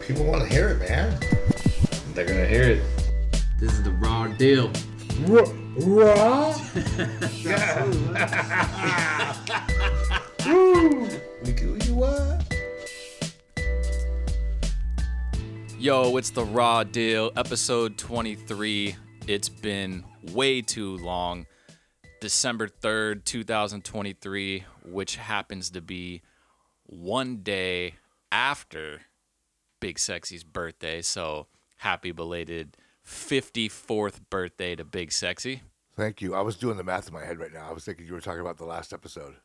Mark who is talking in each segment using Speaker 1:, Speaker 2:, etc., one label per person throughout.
Speaker 1: People want to hear it, man.
Speaker 2: They're gonna hear it.
Speaker 3: This is the raw deal.
Speaker 1: Raw. We could- we could what?
Speaker 4: Yo, it's the Raw Deal, episode 23. It's been way too long. December 3rd, 2023, which happens to be one day after Big Sexy's birthday. So happy belated 54th birthday to Big Sexy.
Speaker 5: Thank you. I was doing the math in my head right now. I was thinking you were talking about the last episode.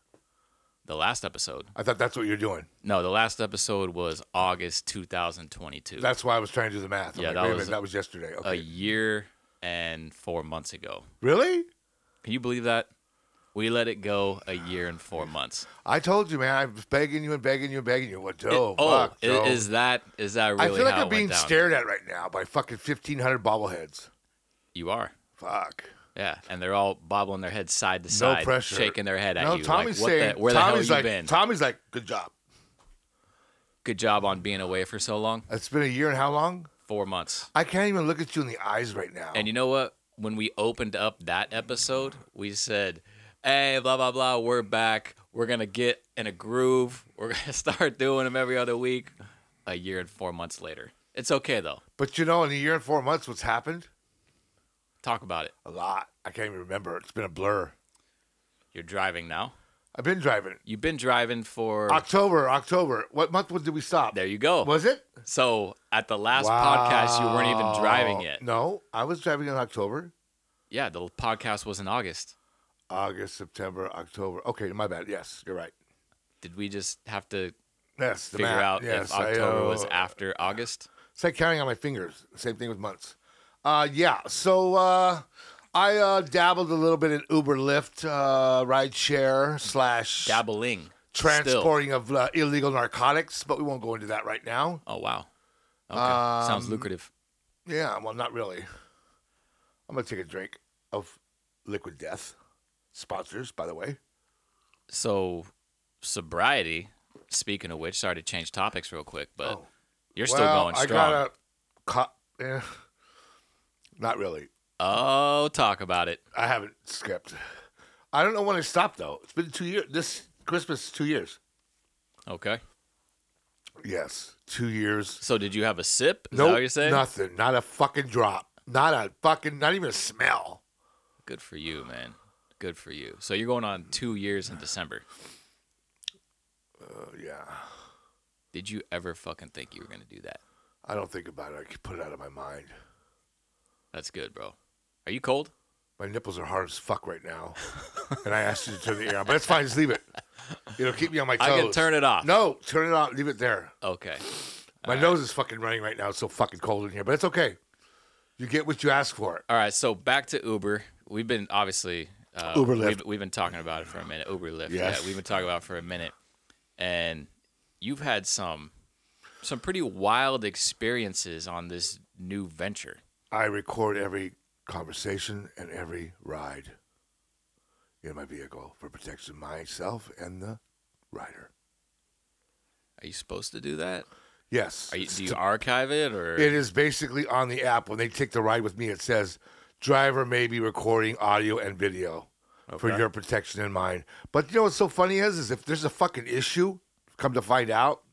Speaker 4: The last episode.
Speaker 5: I thought that's what you're doing.
Speaker 4: No, the last episode was August 2022.
Speaker 5: That's why I was trying to do the math. I'm
Speaker 4: Yeah,
Speaker 5: like,
Speaker 4: that
Speaker 5: wait a
Speaker 4: was-
Speaker 5: minute, that was yesterday. Okay.
Speaker 4: a year and four months ago.
Speaker 5: really?
Speaker 4: Can you believe that? We let it go a year and four months.
Speaker 5: I told you, man. I was begging you and begging you and begging you. What? Joe?
Speaker 4: It- oh,
Speaker 5: fuck,
Speaker 4: i-
Speaker 5: Joe.
Speaker 4: is that is that really
Speaker 5: I feel like
Speaker 4: how
Speaker 5: I'm
Speaker 4: it
Speaker 5: being
Speaker 4: went down?
Speaker 5: stared at right now by fucking 1,500 bobbleheads.
Speaker 4: You are,
Speaker 5: Fuck.
Speaker 4: yeah, and they're all bobbling their head side to side,
Speaker 5: pressure.
Speaker 4: shaking their head at
Speaker 5: no,
Speaker 4: you.
Speaker 5: Tommy's
Speaker 4: like, what
Speaker 5: saying,
Speaker 4: the, where
Speaker 5: Tommy's
Speaker 4: the hell
Speaker 5: like,
Speaker 4: have you been?
Speaker 5: Tommy's like, good job.
Speaker 4: Good job on being away for so long,
Speaker 5: It's been a year and how long?
Speaker 4: four months.
Speaker 5: I can't even look at you in the eyes right now.
Speaker 4: And you know what? When we opened up that episode, we said, "Hey, blah blah blah, we're back. We're gonna get in a groove. We're gonna start doing them every other week." A year and four months later, it's okay though.
Speaker 5: but you know, in a year and four months, what's happened?
Speaker 4: Talk about it.
Speaker 5: A lot. I can't even remember. It's been a blur.
Speaker 4: You're driving now.
Speaker 5: I've been driving.
Speaker 4: You've been driving for.
Speaker 5: October, October. What month was- did we stop?
Speaker 4: There you go.
Speaker 5: Was it?
Speaker 4: So at the last podcast, you weren't even driving yet.
Speaker 5: No, I was driving in October,
Speaker 4: Yeah, the podcast was in August.
Speaker 5: August, September, October. Okay, my bad. Yes, you're right.
Speaker 4: Did we just have to
Speaker 5: Yes, the
Speaker 4: figure
Speaker 5: math.
Speaker 4: out
Speaker 5: yes,
Speaker 4: if October
Speaker 5: I, uh,
Speaker 4: was after August?
Speaker 5: It's like counting on my fingers. Same thing with months. Uh, yeah. So uh, I uh, dabbled a little bit in Uber, Lyft, uh, rideshare slash
Speaker 4: Dabbling. Still.
Speaker 5: transporting of uh, illegal narcotics, but we won't go into that right now.
Speaker 4: Oh wow. Okay.
Speaker 5: Um,
Speaker 4: Sounds lucrative.
Speaker 5: Yeah, well, not really. I'm gonna take a drink of Liquid Death. Sponsors, by the way.
Speaker 4: So sobriety. Speaking of which, sorry to change topics real quick, but
Speaker 5: Oh.
Speaker 4: you're
Speaker 5: well,
Speaker 4: still going strong.
Speaker 5: I got a cop. Eh, not really.
Speaker 4: Oh, talk about it.
Speaker 5: I haven't skipped. I don't know when I stopped though. It's been two years. This Christmas, two years.
Speaker 4: Okay.
Speaker 5: Yes, two years.
Speaker 4: So did you have a sip? Is
Speaker 5: No,
Speaker 4: that what you're saying?
Speaker 5: nothing. Not a fucking drop. Not a fucking. Not even a smell.
Speaker 4: Good for you, man. Good for you. So you're going on two years in December.
Speaker 5: Uh, yeah,
Speaker 4: Did you ever fucking think you were gonna do that?
Speaker 5: I don't think about it. I can put it out of my mind.
Speaker 4: That's good, bro. Are you cold?
Speaker 5: My nipples are hard as fuck right now, and I asked you to turn the air on, but it's fine. Just leave it. It'll keep me on my toes.
Speaker 4: I can turn it off.
Speaker 5: No, turn it on. Leave it there.
Speaker 4: Okay.
Speaker 5: My nose is fucking running right now. It's so fucking cold in here, but it's okay. You get what you ask for.
Speaker 4: All right. So back to Uber. We've been obviously uh,
Speaker 5: Uber Lyft.
Speaker 4: We've, we've been talking about it for a minute. Uber Lyft.
Speaker 5: Yes.
Speaker 4: Yeah, we've been talking about it for a minute, and you've had some some pretty wild experiences on this new venture.
Speaker 5: I record every conversation and every ride in my vehicle for protection myself and the rider.
Speaker 4: Are you supposed to do that?
Speaker 5: Yes.
Speaker 4: Are you, do you
Speaker 5: It's-
Speaker 4: archive it or?
Speaker 5: it is basically on the app. When they take the ride with me, it says driver may be recording audio and video for
Speaker 4: Okay.
Speaker 5: your protection and mine. But you know what's so funny is is if there's a fucking issue, come to find out,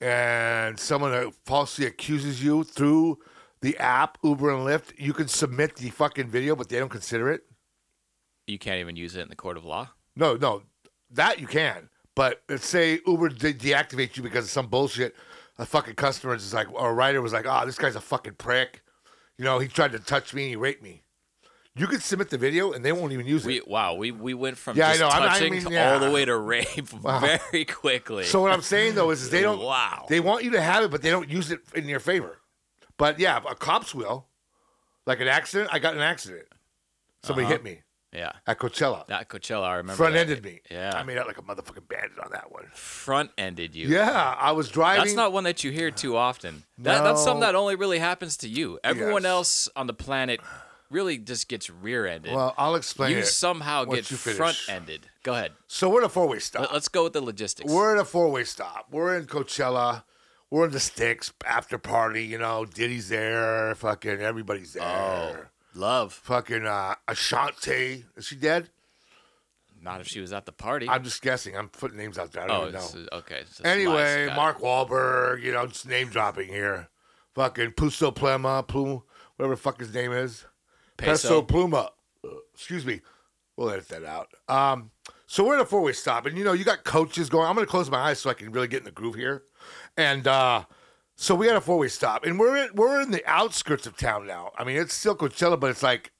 Speaker 5: and someone uh, falsely accuses you through the app, Uber and Lyft, you can submit the fucking video, but they don't consider it.
Speaker 4: you can't even use it in the court of law.
Speaker 5: No, no, that you can. But let's say Uber de- deactivates you because of some bullshit. A fucking customer is like, or a rider was like, "Ah, this guy's a fucking prick." You know, he tried to touch me and he raped me. You could submit the video and they won't even use
Speaker 4: We
Speaker 5: it.
Speaker 4: wow, we, we went from
Speaker 5: Yeah, I
Speaker 4: just
Speaker 5: know. I'm- I
Speaker 4: touching
Speaker 5: mean,
Speaker 4: to
Speaker 5: yeah.
Speaker 4: all the way to rape very quickly.
Speaker 5: So what I'm saying though is, is they don't.
Speaker 4: Wow.
Speaker 5: They want you to have it, but they don't use it in your favor. But yeah, a cops will. Like an accident, I got in an accident. Somebody hit me
Speaker 4: yeah,
Speaker 5: at Coachella.
Speaker 4: that Coachella, Uh-huh. I remember.
Speaker 5: Front
Speaker 4: that.
Speaker 5: ended me.
Speaker 4: Yeah.
Speaker 5: I made out like a motherfucking bandit on that one.
Speaker 4: front ended you.
Speaker 5: Yeah, I was driving.
Speaker 4: That's not one that you hear too often. That, That's something
Speaker 5: No.
Speaker 4: that only really happens to you. Everyone
Speaker 5: Yes.
Speaker 4: else on the planet really just gets rear ended.
Speaker 5: Well, I'll explain
Speaker 4: you
Speaker 5: it.
Speaker 4: somehow
Speaker 5: once
Speaker 4: get
Speaker 5: you finish.
Speaker 4: front ended. Go ahead. Uh,
Speaker 5: so we're at a four-way stop.
Speaker 4: Let- Let's go with the logistics.
Speaker 5: we're at a four-way stop. We're in Coachella. We're in the sticks after party, you know. Diddy's there, fucking
Speaker 4: Oh.
Speaker 5: everybody's there.
Speaker 4: Love.
Speaker 5: Fucking uh, Ashanti, is she dead?
Speaker 4: Not if she was at the party.
Speaker 5: I'm just guessing. I'm putting names out there. I
Speaker 4: oh,
Speaker 5: don't even know.
Speaker 4: it's- okay. so it's lies.
Speaker 5: Anyway,
Speaker 4: Got it.
Speaker 5: Mark Wahlberg, you know, just name dropping here. Fucking Puso Pluma, Plum, whatever the fuck his name is.
Speaker 4: Peso.
Speaker 5: Peso, Pluma. Uh, Excuse me. We'll edit that out. Um, so we're at a four way stop, and you know, you got coaches going. I'm going to close my eyes so I can really get in the groove here. And uh, so we got a four way stop, and we're in, we're in the outskirts of town now. I mean, it's still Coachella, but it's like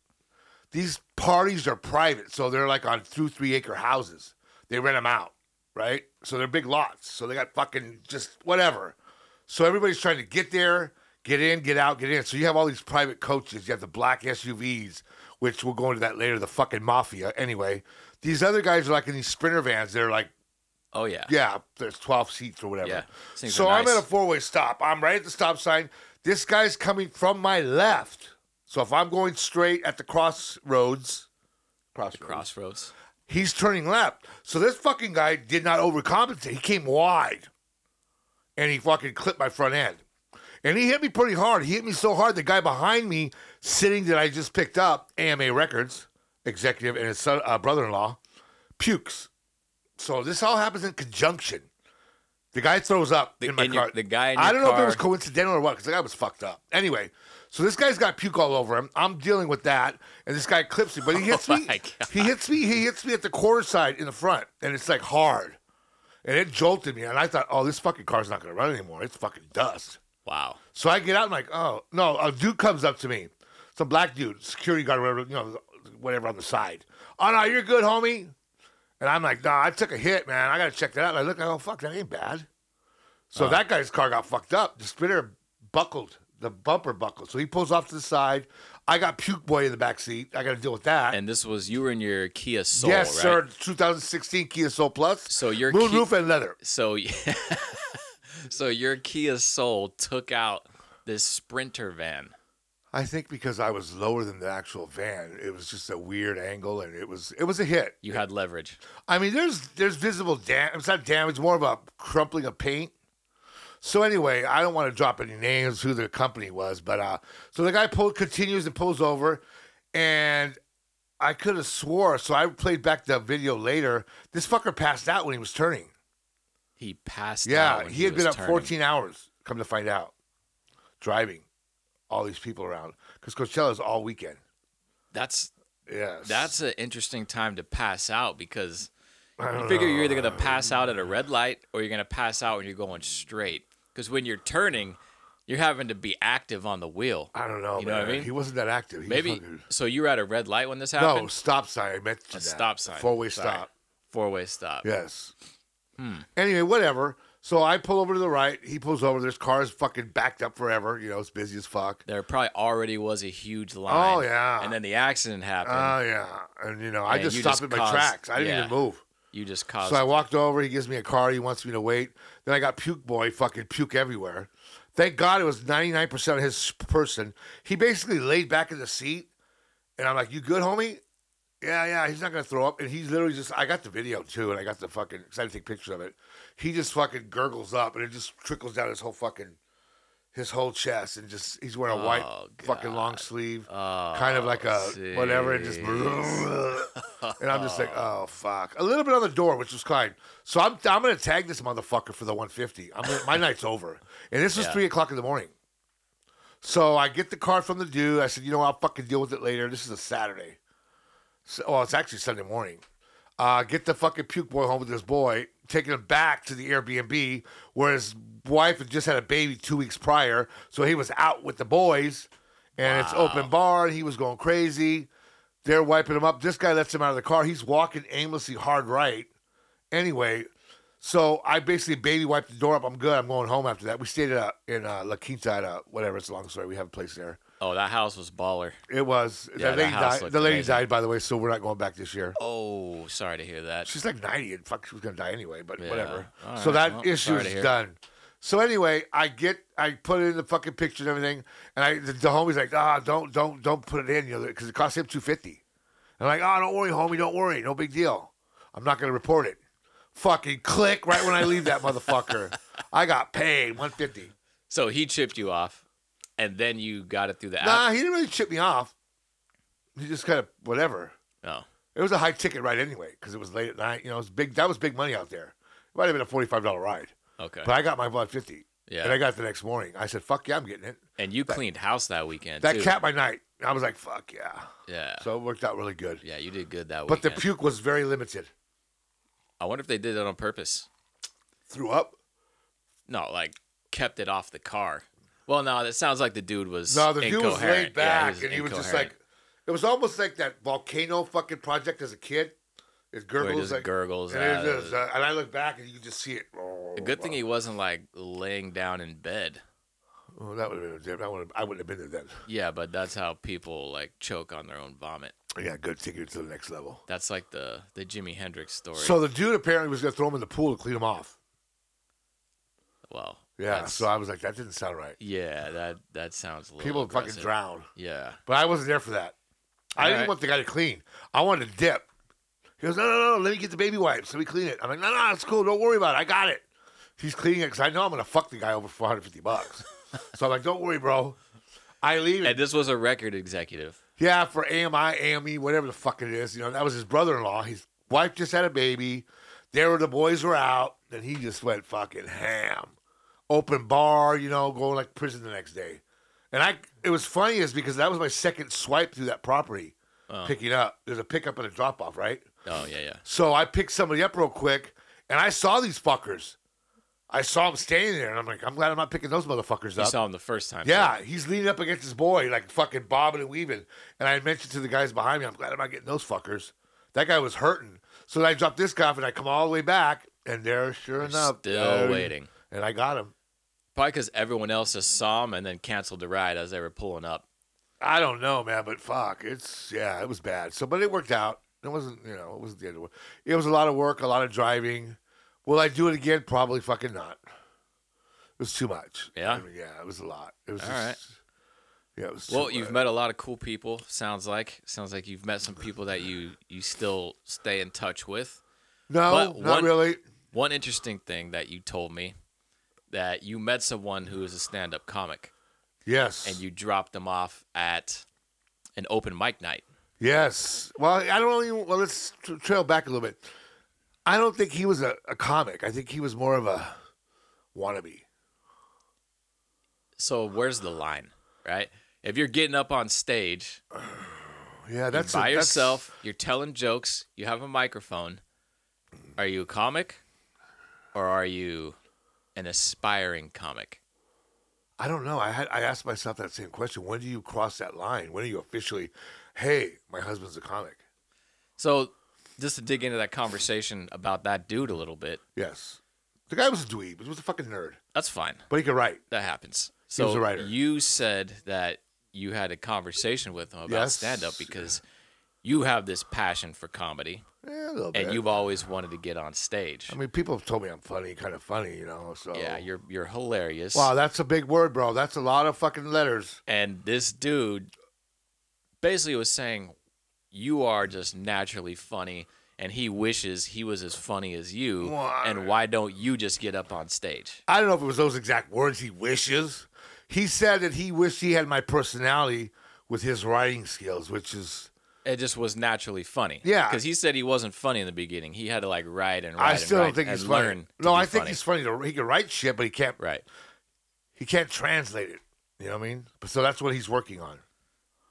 Speaker 5: these parties are private, so they're like on two, three acre houses. They rent them out, right? So they're big lots. So they got fucking just whatever. So everybody's trying to get there, get in, get out, get in. So you have all these private coaches. You have the black SUVs, which we'll go into that later. The fucking mafia, anyway. These other guys are like in these sprinter vans. They're like,
Speaker 4: Oh yeah.
Speaker 5: yeah, there's 12 seats or whatever.
Speaker 4: Yeah, things
Speaker 5: So
Speaker 4: are
Speaker 5: I'm
Speaker 4: nice.
Speaker 5: at a four way stop. I'm right at the stop sign. This guy's coming from my left. So if I'm going straight at the crossroads, crossroads,
Speaker 4: Crossroads.
Speaker 5: he's turning left. So this fucking guy did not overcompensate. He came wide and he fucking clipped my front end. And he hit me pretty hard. He hit me so hard, the guy behind me, sitting that I just picked up, AMA Records, executive, and his son, uh, brother in law, pukes. So this all happens in conjunction. The guy throws up in my
Speaker 4: in your-
Speaker 5: car.
Speaker 4: the guy in
Speaker 5: I
Speaker 4: your
Speaker 5: don't know if it
Speaker 4: car-
Speaker 5: was coincidental or what, because the guy was fucked up. Anyway, so this guy's got puke all over him. I'm dealing with that, and this guy clips me, but he hits
Speaker 4: Oh
Speaker 5: me.
Speaker 4: my God.
Speaker 5: He hits me. He hits me at the quarter side in the front, and it's like hard, and it jolted me. And I thought, oh, this fucking car's not gonna run anymore. It's fucking dust.
Speaker 4: Wow.
Speaker 5: So I get out. I'm like, oh no! A dude comes up to me, some black dude, security guard, whatever, you know, whatever on the side. Oh no, you're good, homie. And I'm like, nah, I took a hit, man. I gotta check that out. And I look, I go, fuck, that ain't bad. So
Speaker 4: Uh-huh.
Speaker 5: that guy's car got fucked up. The spinner buckled, the bumper buckled. So he pulls off to the side. I got puke boy in the back seat. I gotta deal with that.
Speaker 4: And this was you were in your Kia Soul,
Speaker 5: yes,
Speaker 4: right?
Speaker 5: sir. 2016 Kia Soul Plus,
Speaker 4: So your
Speaker 5: moon
Speaker 4: Ki-
Speaker 5: roof and leather.
Speaker 4: So So your Kia Soul took out this Sprinter van.
Speaker 5: I think because I was lower than the actual van, it was just a weird angle, and it was it was a hit.
Speaker 4: You had leverage.
Speaker 5: I mean, there's there's visible damage. It's not damage, more of a crumpling of paint. So anyway, I don't want to drop any names who the company was, but uh, so the guy pulled continues and pulls over, and I could have swore. So I played back the video later. This fucker passed out when he was turning.
Speaker 4: He passed out
Speaker 5: Yeah,
Speaker 4: Oh, when
Speaker 5: he, had
Speaker 4: was
Speaker 5: been up
Speaker 4: turning.
Speaker 5: 14 hours. Come to find out, driving all these people around because Coachella's all weekend.
Speaker 4: That's
Speaker 5: Yeah,
Speaker 4: that's an interesting time to pass out because you figure you're either gonna
Speaker 5: Uh,
Speaker 4: pass out at a red light or you're gonna pass out when you're going straight. Because when you're turning, you're having to be active on the wheel.
Speaker 5: I don't know.
Speaker 4: You know
Speaker 5: man.
Speaker 4: what I mean?
Speaker 5: He wasn't that active. He
Speaker 4: Maybe
Speaker 5: fucking-
Speaker 4: so. You were at a red light when this
Speaker 5: No,
Speaker 4: happened.
Speaker 5: stop sign. I meant
Speaker 4: A stop sign.
Speaker 5: Four way
Speaker 4: Sorry. Hmm.
Speaker 5: stop.
Speaker 4: Four way stop.
Speaker 5: Yes. Anyway, whatever. So I pull over to the right. He pulls over. This car's fucking backed up forever. You know, it's busy as fuck.
Speaker 4: There probably already was a huge line.
Speaker 5: Oh, yeah.
Speaker 4: And then the accident happened.
Speaker 5: Oh yeah. And you know, I
Speaker 4: And
Speaker 5: just
Speaker 4: you
Speaker 5: stopped
Speaker 4: just
Speaker 5: at my
Speaker 4: caused-
Speaker 5: tracks. I didn't
Speaker 4: yeah.
Speaker 5: even move.
Speaker 4: you just caused.
Speaker 5: So I walked over. He gives me a car. He wants me to wait. Then I got puke boy, fucking puke everywhere. Thank God it was 99% of his person. He basically laid back in the seat. And I'm like, You good, homie? Yeah, yeah. He's not going to throw up. And he's literally just, I got the video too. And I got the fucking, because I had to take pictures of it. He just fucking gurgles up and it just trickles down his whole fucking, his whole chest. And just, he's wearing a white
Speaker 4: Oh,
Speaker 5: fucking long sleeve, kind of like a
Speaker 4: jeez.
Speaker 5: whatever. And just, and I'm just like, oh fuck. A little bit on the door, which was kind. So I'm I'm gonna tag this motherfucker for the 150. I'm gonna, my night's over. And this was
Speaker 4: Yeah.
Speaker 5: three o'clock in the morning. So I get the card from the dude. I said, you know, I'll fucking deal with it later. This is a Saturday. So, well, it's actually Sunday morning. Uh, get the fucking puke boy home with his boy, taking him back to the Airbnb where his wife had just had a baby two weeks prior. So he was out with the boys, and it's open bar, and he was going crazy. They're wiping him up. This guy lets him out of the car. He's walking aimlessly hard right. Anyway, so I basically baby wiped the door up. I'm good. I'm going home after that. We stayed at a, in uh, La Quinta at a, whatever. It's a long story. We have a place there.
Speaker 4: oh, that house was baller.
Speaker 5: It was.
Speaker 4: Yeah,
Speaker 5: the
Speaker 4: that
Speaker 5: lady,
Speaker 4: house
Speaker 5: died.
Speaker 4: looked
Speaker 5: The lady
Speaker 4: amazing.
Speaker 5: died, by the way, so we're not going back this year.
Speaker 4: Oh, sorry to hear that.
Speaker 5: She's like 90 and fuck, she was going to die anyway, but
Speaker 4: Yeah.
Speaker 5: whatever.
Speaker 4: All
Speaker 5: so
Speaker 4: right.
Speaker 5: that
Speaker 4: Well,
Speaker 5: issue
Speaker 4: sorry
Speaker 5: is
Speaker 4: to hear.
Speaker 5: done. So anyway, I get, I put it in the fucking picture and everything, and I, the, the homie's like, ah, don't, don't, don't put it in, you know, because it "Ah, cost him 250 And I'm like, oh, don't worry, homie, don't worry, no big deal. I'm not going to report it. Fucking click right when I leave that motherfucker. I got paid 150.
Speaker 4: So he chipped you off, and then you got it through the
Speaker 5: Nah,
Speaker 4: app.
Speaker 5: he didn't really chip me off. He just kind of whatever.
Speaker 4: No.
Speaker 5: It was a high ticket ride anyway because it was late at night. You know, it was big. That was big money out there. It might have been a forty-five dollar ride,
Speaker 4: Okay.
Speaker 5: but I got my one fifty.
Speaker 4: Yeah.
Speaker 5: And I got it the next morning. I said, "Fuck yeah, I'm getting it."
Speaker 4: and you cleaned house that weekend.
Speaker 5: That
Speaker 4: too.
Speaker 5: capped my night. I was like, "Fuck yeah!"
Speaker 4: Yeah.
Speaker 5: So it worked out really good.
Speaker 4: yeah, you did good that
Speaker 5: But
Speaker 4: weekend.
Speaker 5: the puke was very limited.
Speaker 4: I wonder if they did it on purpose.
Speaker 5: Threw up.
Speaker 4: No, like kept it off the car. Well, no, that sounds like the dude was
Speaker 5: No, the dude
Speaker 4: incoherent.
Speaker 5: was laid
Speaker 4: Yeah,
Speaker 5: back, and he was just like, it was almost like that volcano fucking project as a kid. It
Speaker 4: incoherent, where he
Speaker 5: gurgles
Speaker 4: just
Speaker 5: like
Speaker 4: gurgles.
Speaker 5: and, it
Speaker 4: out of
Speaker 5: just,
Speaker 4: it.
Speaker 5: uh, and I look back and you can just see it. Oh,
Speaker 4: Good thing he wasn't like laying down in bed.
Speaker 5: Oh, that would have been different. I would I wouldn't have been there
Speaker 4: Yeah, but that's how people like choke on their own vomit.
Speaker 5: then. Yeah, good. Take it to the next level.
Speaker 4: That's like the the Jimi Hendrix story.
Speaker 5: So the dude apparently was gonna throw him in the pool to clean him off.
Speaker 4: well,
Speaker 5: Yeah.
Speaker 4: that's-
Speaker 5: So I was like, that didn't sound right.
Speaker 4: yeah, that that sounds. A little
Speaker 5: People
Speaker 4: aggressive.
Speaker 5: fucking drown.
Speaker 4: Yeah,
Speaker 5: But I wasn't there for that. I
Speaker 4: All
Speaker 5: didn't
Speaker 4: right.
Speaker 5: want the guy to clean. I wanted to dip. He goes, no, no, no, let me get the baby wipes. Let me clean it. I'm like, no, no, it's cool. Don't worry about it. I got it. He's cleaning it because I know I'm going to fuck the guy over 450 bucks. so I'm like, don't worry, bro. I leave
Speaker 4: and
Speaker 5: it.
Speaker 4: this was a record executive.
Speaker 5: Yeah, for AMI, AME, E, whatever the fuck it is. You know, that was his brother in law. His wife just had a baby. There were the boys were out. And he just went fucking ham. Open bar, you know, going like prison the next day. And I, it was funny is because that was my second swipe through that property
Speaker 4: Oh,
Speaker 5: picking up. There's a pickup and a drop off, right?
Speaker 4: oh yeah, yeah.
Speaker 5: So I picked somebody up real quick, and I saw these fuckers. I saw them standing there, and I'm like, I'm glad I'm not picking those motherfuckers
Speaker 4: You
Speaker 5: up.
Speaker 4: saw him the first time.
Speaker 5: yeah, he's leaning up against his boy, like fucking bobbing and weaving. And I mentioned to the guys behind me, I'm glad I'm not getting those fuckers. That guy was hurting. So then I dropped this guy off, and I come all the way back, and there, sure
Speaker 4: too.
Speaker 5: enough,
Speaker 4: still
Speaker 5: there-
Speaker 4: waiting.
Speaker 5: And I got him.
Speaker 4: Probably because everyone else just saw him and then canceled the ride as they were pulling up.
Speaker 5: I don't know, man, but fuck, it's yeah, it was bad. So, but it worked out. It wasn't, you know, it wasn't the end of the world. It was a lot of work, a lot of driving. Will I do it again? Probably fucking not. It was too much.
Speaker 4: Yeah?
Speaker 5: I mean, yeah, it was a lot. It was
Speaker 4: All
Speaker 5: just, yeah, it was.
Speaker 4: Well,
Speaker 5: too
Speaker 4: you've
Speaker 5: much.
Speaker 4: met a lot of cool people. Sounds like sounds like you've met some people that you you still stay in touch with.
Speaker 5: no,
Speaker 4: but
Speaker 5: not
Speaker 4: one-
Speaker 5: really.
Speaker 4: One interesting thing that you told me that you met someone who is a stand-up comic
Speaker 5: Yes,
Speaker 4: and you dropped them off at an open mic night.
Speaker 5: yes. Well, I don't even. Well, let's tra- trail back a little bit. I don't think he was a, a comic. I think he was more of a wannabe.
Speaker 4: So where's the line, right? If you're getting up on stage
Speaker 5: Yeah, that's
Speaker 4: by
Speaker 5: a, that's-
Speaker 4: yourself, you're telling jokes, you have a microphone, are you a comic or are you an aspiring comic?
Speaker 5: I don't know. I had I asked myself that same question. When do you cross that line? When are you officially, hey, my husband's a comic?
Speaker 4: So, just to dig into that conversation about that dude a little bit,
Speaker 5: Yes. The guy was a dweeb. He was a fucking nerd,
Speaker 4: that's fine.
Speaker 5: but he could write.
Speaker 4: That happens.
Speaker 5: He was
Speaker 4: So,
Speaker 5: a writer.
Speaker 4: you said that you had a conversation with him about
Speaker 5: Yes.
Speaker 4: stand up because you have this passion for comedy
Speaker 5: Yeah, a little bit.
Speaker 4: and you've always wanted to get on stage.
Speaker 5: I mean, people have told me I'm funny, kind of funny, you know. So
Speaker 4: yeah, you're you're hilarious.
Speaker 5: Wow, that's a big word, bro. That's a lot of fucking letters.
Speaker 4: And this dude basically was saying, You are just naturally funny. And he wishes he was as funny as you.
Speaker 5: Why?
Speaker 4: And why don't you just get up on stage?
Speaker 5: I don't know if it was those exact words he wishes. He said that he wished he had my personality with his writing skills, which is
Speaker 4: It just was naturally funny.
Speaker 5: Yeah.
Speaker 4: Because he said he wasn't funny in the beginning. He had to like write and write
Speaker 5: I still
Speaker 4: and
Speaker 5: don't
Speaker 4: write
Speaker 5: think
Speaker 4: and
Speaker 5: he's
Speaker 4: learn.
Speaker 5: funny.
Speaker 4: to
Speaker 5: No,
Speaker 4: be
Speaker 5: I think
Speaker 4: funny.
Speaker 5: he's funny. To, he can write shit, but he can't
Speaker 4: Right.
Speaker 5: he can't translate it. You know what I mean? But so that's what he's working on.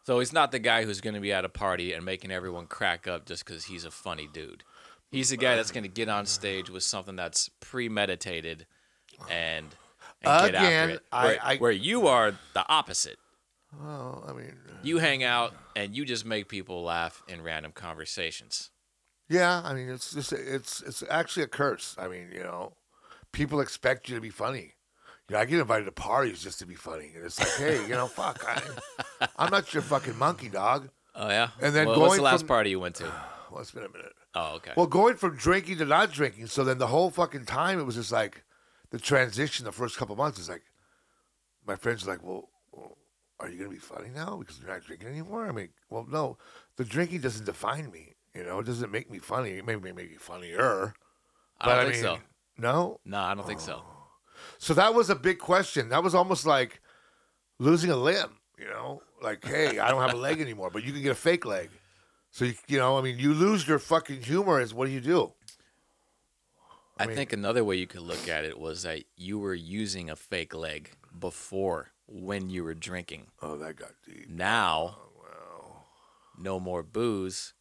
Speaker 4: So he's not the guy who's going to be at a party and making everyone crack up just because he's a funny dude. He's the guy that's going to get on stage with something that's premeditated and, and get
Speaker 5: Again,
Speaker 4: after it.
Speaker 5: I-
Speaker 4: Where,
Speaker 5: I-
Speaker 4: where you are the opposite.
Speaker 5: Well, I mean,
Speaker 4: You hang out and you just make people laugh in random conversations.
Speaker 5: yeah, I mean, it's just it's it's actually a curse. I mean, you know, people expect you to be funny. You know, I get invited to parties just to be funny, and it's like, hey, you know, fuck, I, I'm not your fucking monkey dog.
Speaker 4: Oh yeah.
Speaker 5: And then
Speaker 4: Well, what's the
Speaker 5: going
Speaker 4: last
Speaker 5: from-
Speaker 4: party you went to?
Speaker 5: Well, it's been a minute.
Speaker 4: Oh okay.
Speaker 5: Well, going from drinking to not drinking, so then the whole fucking time it was just like the transition. The first couple months is like my friends are like, well, well, are you gonna be funny now because you're not drinking anymore? I mean, well, no, the drinking doesn't define me. You know, it doesn't make me funny. It may may make me funnier.
Speaker 4: I don't think so.
Speaker 5: No.
Speaker 4: No, I don't think so.
Speaker 5: oh, So that was a big question. That was almost like losing a limb, you know? Like, hey, I don't have a leg anymore, but you can get a fake leg. So, you, you know, I mean, you lose your fucking humor, is what do you do?
Speaker 4: I,
Speaker 5: mean-
Speaker 4: think another way you could look at it was that you were using a fake leg before when you were drinking.
Speaker 5: Oh, that got deep.
Speaker 4: Now, no more booze.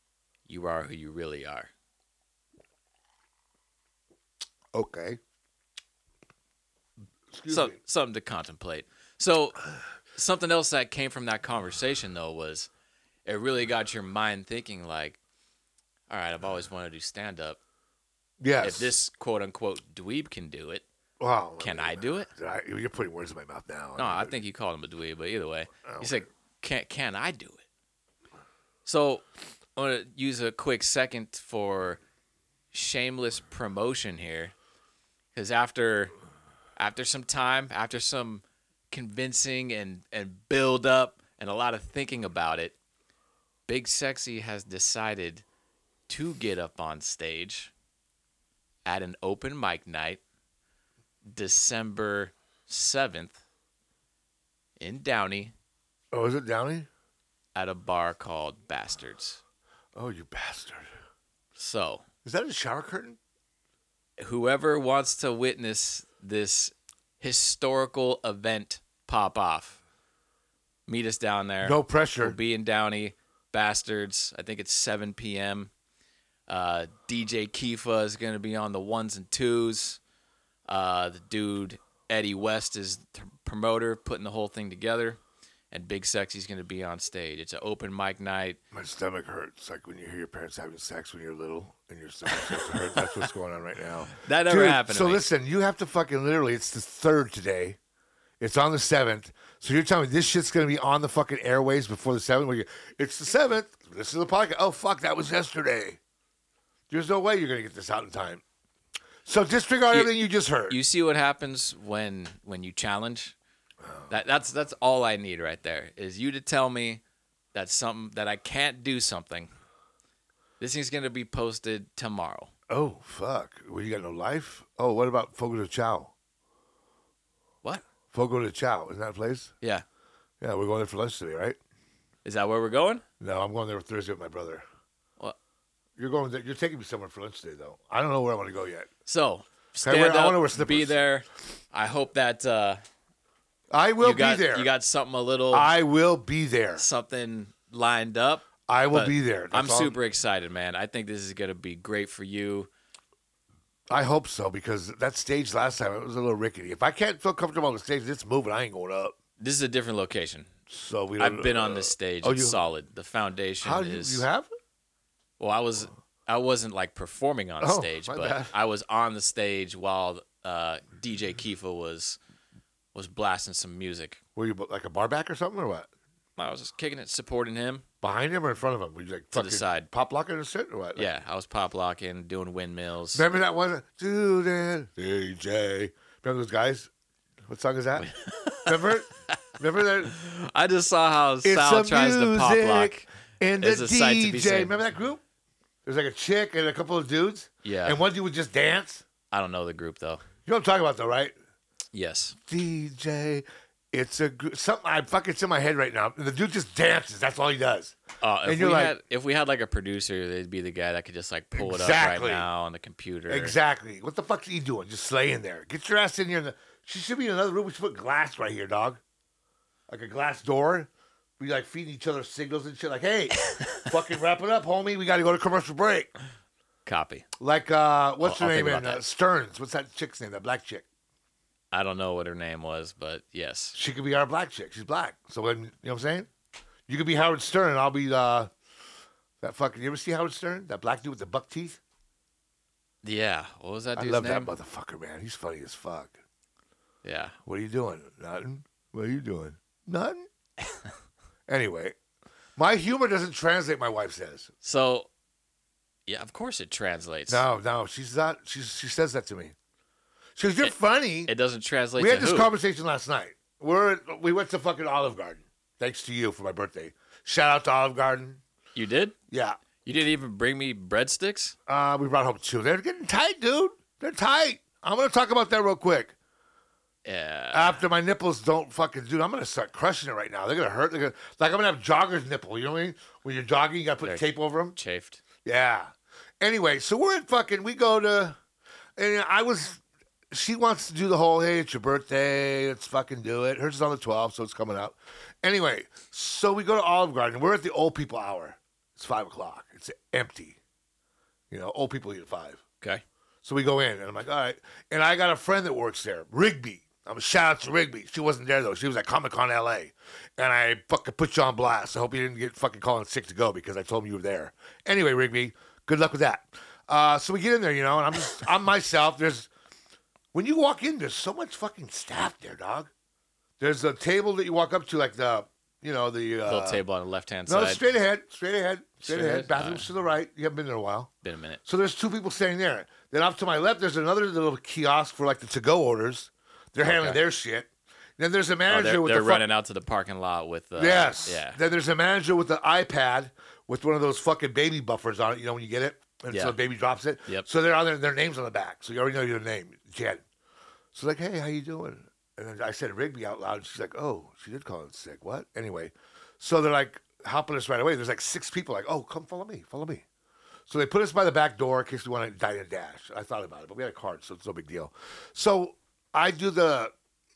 Speaker 4: You are who you really are.
Speaker 5: Okay. Excuse
Speaker 4: so
Speaker 5: me.
Speaker 4: something to contemplate. So something else that came from that conversation though was it really got your mind thinking like, all right, I've always wanted to do stand up.
Speaker 5: Yes.
Speaker 4: If this quote unquote dweeb can do it,
Speaker 5: wow.
Speaker 4: can
Speaker 5: mean,
Speaker 4: I do it?
Speaker 5: I- You're putting words in my mouth now.
Speaker 4: No, I think you called him a dweeb, but either way,
Speaker 5: Okay.
Speaker 4: he said, "Can can I do it?" So I want to use a quick second for shameless promotion here, because after after some time, after some convincing and and build up and a lot of thinking about it, Big Sexy has decided to get up on stage at an open mic night, December seventh in Downey
Speaker 5: Oh, is it Downey?
Speaker 4: at a bar called Bastards.
Speaker 5: Oh, you bastard.
Speaker 4: So,
Speaker 5: Is that a shower curtain?
Speaker 4: whoever wants to witness this historical event pop off, meet us down there.
Speaker 5: No
Speaker 4: We'll
Speaker 5: pressure.
Speaker 4: be in Downey, Bastards. I think it's 7 p.m. Uh, DJ Kifa is going to be on the ones and twos. Uh, the dude Eddie West is the promoter, putting the whole thing together. And Big Sexy's going to be on stage. It's an open mic night.
Speaker 5: My stomach hurts. Like when you hear your parents having sex when you're little and your stomach starts to hurt. That's what's going on right now.
Speaker 4: That never
Speaker 5: Dude,
Speaker 4: happened. to
Speaker 5: So
Speaker 4: me.
Speaker 5: listen, you have to fucking literally. It's the third today. It's on the seventh. So you're telling me this shit's gonna be on the fucking airways before the seventh? Where you- It's the seventh. This is the podcast. Oh fuck, that was yesterday. There's no way you're gonna get this out in time. So disregard
Speaker 4: You-
Speaker 5: everything you just heard.
Speaker 4: you see what happens when when you challenge that that's that's all i need right there is you to tell me that something that i can't do something this thing's going to be posted tomorrow
Speaker 5: oh fuck. Well, you got no life. Oh, what about Fogo de Chao?
Speaker 4: what
Speaker 5: Fogo de Chao isn't that a place?
Speaker 4: yeah
Speaker 5: Yeah, we're going there for lunch today, right?
Speaker 4: is that where we're going
Speaker 5: No, I'm going there Thursday with my brother.
Speaker 4: What?
Speaker 5: You're going there. You're taking me somewhere for lunch today, though. I don't know where I want to go yet.
Speaker 4: so
Speaker 5: Can I
Speaker 4: stand
Speaker 5: wear- I wanna wear
Speaker 4: up, be
Speaker 5: slippers.
Speaker 4: there i hope that uh
Speaker 5: I will
Speaker 4: you got
Speaker 5: be there.
Speaker 4: you got something a little
Speaker 5: I will be there.
Speaker 4: something lined up
Speaker 5: I will
Speaker 4: but
Speaker 5: be there.
Speaker 4: i'm
Speaker 5: That's all.
Speaker 4: super excited man i think this is going to be great for you
Speaker 5: I hope so because that stage last time it was a little rickety. If I can't feel comfortable on the stage, it's moving. I ain't going up.
Speaker 4: this is a different location
Speaker 5: So we. Don't,
Speaker 4: I've been on this stage.
Speaker 5: oh,
Speaker 4: it's
Speaker 5: you-
Speaker 4: solid. The foundation
Speaker 5: How do you,
Speaker 4: is.
Speaker 5: you have?
Speaker 4: well, I was I wasn't like performing on
Speaker 5: Oh,
Speaker 4: stage,
Speaker 5: my
Speaker 4: but
Speaker 5: bad.
Speaker 4: I was on the stage while uh, DJ Kifa was was blasting some music.
Speaker 5: Were you like a bar back or something or what?
Speaker 4: I was just kicking it, supporting him.
Speaker 5: Behind him or in front of him? Were you like
Speaker 4: the
Speaker 5: fucking
Speaker 4: side.
Speaker 5: pop locking and shit or what? Like,
Speaker 4: Yeah, I was pop locking, doing windmills.
Speaker 5: Remember that one? Dude, and DJ. Remember those guys? What song is that? remember? it? Remember that?
Speaker 4: I just saw how
Speaker 5: It's
Speaker 4: Sal
Speaker 5: the
Speaker 4: tries to pop lock.
Speaker 5: music And
Speaker 4: It's
Speaker 5: the
Speaker 4: a sight to be
Speaker 5: DJ.
Speaker 4: seen.
Speaker 5: Remember that group? There's like a chick and a couple of dudes.
Speaker 4: Yeah.
Speaker 5: And one dude would just dance.
Speaker 4: I don't know the group though.
Speaker 5: You know what I'm talking about, though, right?
Speaker 4: Yes,
Speaker 5: DJ. It's a gr- something I fucking it's in my head right now. And the dude just dances. That's all he does.
Speaker 4: uh,
Speaker 5: And
Speaker 4: if we
Speaker 5: you're like-
Speaker 4: had if we had like a producer, they'd be the guy that could just like pull it up
Speaker 5: Exactly.
Speaker 4: right now on the computer.
Speaker 5: Exactly. What the fuck's he doing? Just slaying there. Get your ass in here. In the- she should be in another room. We should put glass right here, dog. Like a glass door. We like feeding each other signals and shit. Like, hey, fucking wrap it up, homie. We got to go to commercial break.
Speaker 4: Copy.
Speaker 5: Like, uh, what's
Speaker 4: I'll-
Speaker 5: her
Speaker 4: I'll
Speaker 5: name?
Speaker 4: think
Speaker 5: In,
Speaker 4: about
Speaker 5: uh,
Speaker 4: that.
Speaker 5: Stearns. What's that chick's name? That black chick.
Speaker 4: I don't know what her name was, but yes.
Speaker 5: She could be our black chick. She's black. So, when, you know what I'm saying? You could be Howard Stern. and I'll be uh, that fucking. You ever see Howard Stern? That black dude with the buck teeth?
Speaker 4: Yeah. What was that
Speaker 5: I
Speaker 4: dude's
Speaker 5: love
Speaker 4: name?
Speaker 5: that motherfucker, man. He's funny as fuck.
Speaker 4: yeah.
Speaker 5: What are you doing? Nothing. What are you doing? Nothing. anyway, my humor doesn't translate. My wife says.
Speaker 4: So, yeah, of course it translates.
Speaker 5: No, no, she's not. She she says that to me. She goes, "You're funny."
Speaker 4: It doesn't translate
Speaker 5: we
Speaker 4: to
Speaker 5: had this
Speaker 4: who?
Speaker 5: conversation last night. We're at, we went to fucking Olive Garden. Thanks to you for my birthday. Shout out to Olive Garden.
Speaker 4: you did?
Speaker 5: Yeah,
Speaker 4: You didn't even bring me breadsticks?
Speaker 5: uh, we brought home two. They're getting tight, dude. They're tight. I'm gonna talk about that real quick.
Speaker 4: Yeah.
Speaker 5: After my nipples don't fucking dude, I'm gonna start crushing it right now. They're gonna hurt. They're gonna, like I'm gonna have jogger's nipple. You know what I mean? When you're jogging, you gotta put tape over them.
Speaker 4: Chafed.
Speaker 5: Yeah. Anyway, so we're at fucking. We go to, and I was. She wants to do the whole hey, it's your birthday, let's fucking do it. Hers is on the 12th, so it's coming up. Anyway, so we go to Olive Garden. We're at the old people hour. It's five o'clock. It's empty. You know, old people eat at five.
Speaker 4: Okay.
Speaker 5: So we go in, and I'm like, all right. And I got a friend that works there, Rigby. I'm a shout out to Rigby. She wasn't there though. She was at Comic Con LA, and I fucking put you on blast. I hope you didn't get fucking calling sick to go because I told him you were there. Anyway, Rigby, good luck with that. Uh, so we get in there, you know, and I'm just I'm myself. There's when you walk in, there's so much fucking staff there, dog. There's a table that you walk up to, like the you know the uh,
Speaker 4: Little table on the left hand
Speaker 5: No,
Speaker 4: side.
Speaker 5: straight ahead, straight ahead, straight,
Speaker 4: Straight
Speaker 5: ahead.
Speaker 4: ahead?
Speaker 5: Bathrooms
Speaker 4: Alright.
Speaker 5: to the right. You haven't been there in a while.
Speaker 4: Been a minute.
Speaker 5: So there's two people standing there. Then off to my left, there's another little kiosk for like the to-go orders. They're handling
Speaker 4: Okay.
Speaker 5: their shit. Then there's a
Speaker 4: Oh,
Speaker 5: manager
Speaker 4: they're
Speaker 5: with
Speaker 4: they're
Speaker 5: the fuck-
Speaker 4: running out to the parking lot with. Uh,
Speaker 5: yes.
Speaker 4: Yeah.
Speaker 5: Then there's a manager with the iPad with one of those fucking baby buffers on it. You know when you get it, and
Speaker 4: Yeah.
Speaker 5: so the baby drops it.
Speaker 4: Yep.
Speaker 5: So they're on their, their names on the back, so you already know your name, Jen. So like, hey, how you doing? And then I said Rigby out loud, and she's like, oh, she did call in sick. What? Anyway, so they're like helping us right away. There's like six people, like, oh, come follow me, follow me. So they put us by the back door in case we want to dine and dash. I thought about it, but we had a card, so it's no big deal. So I do the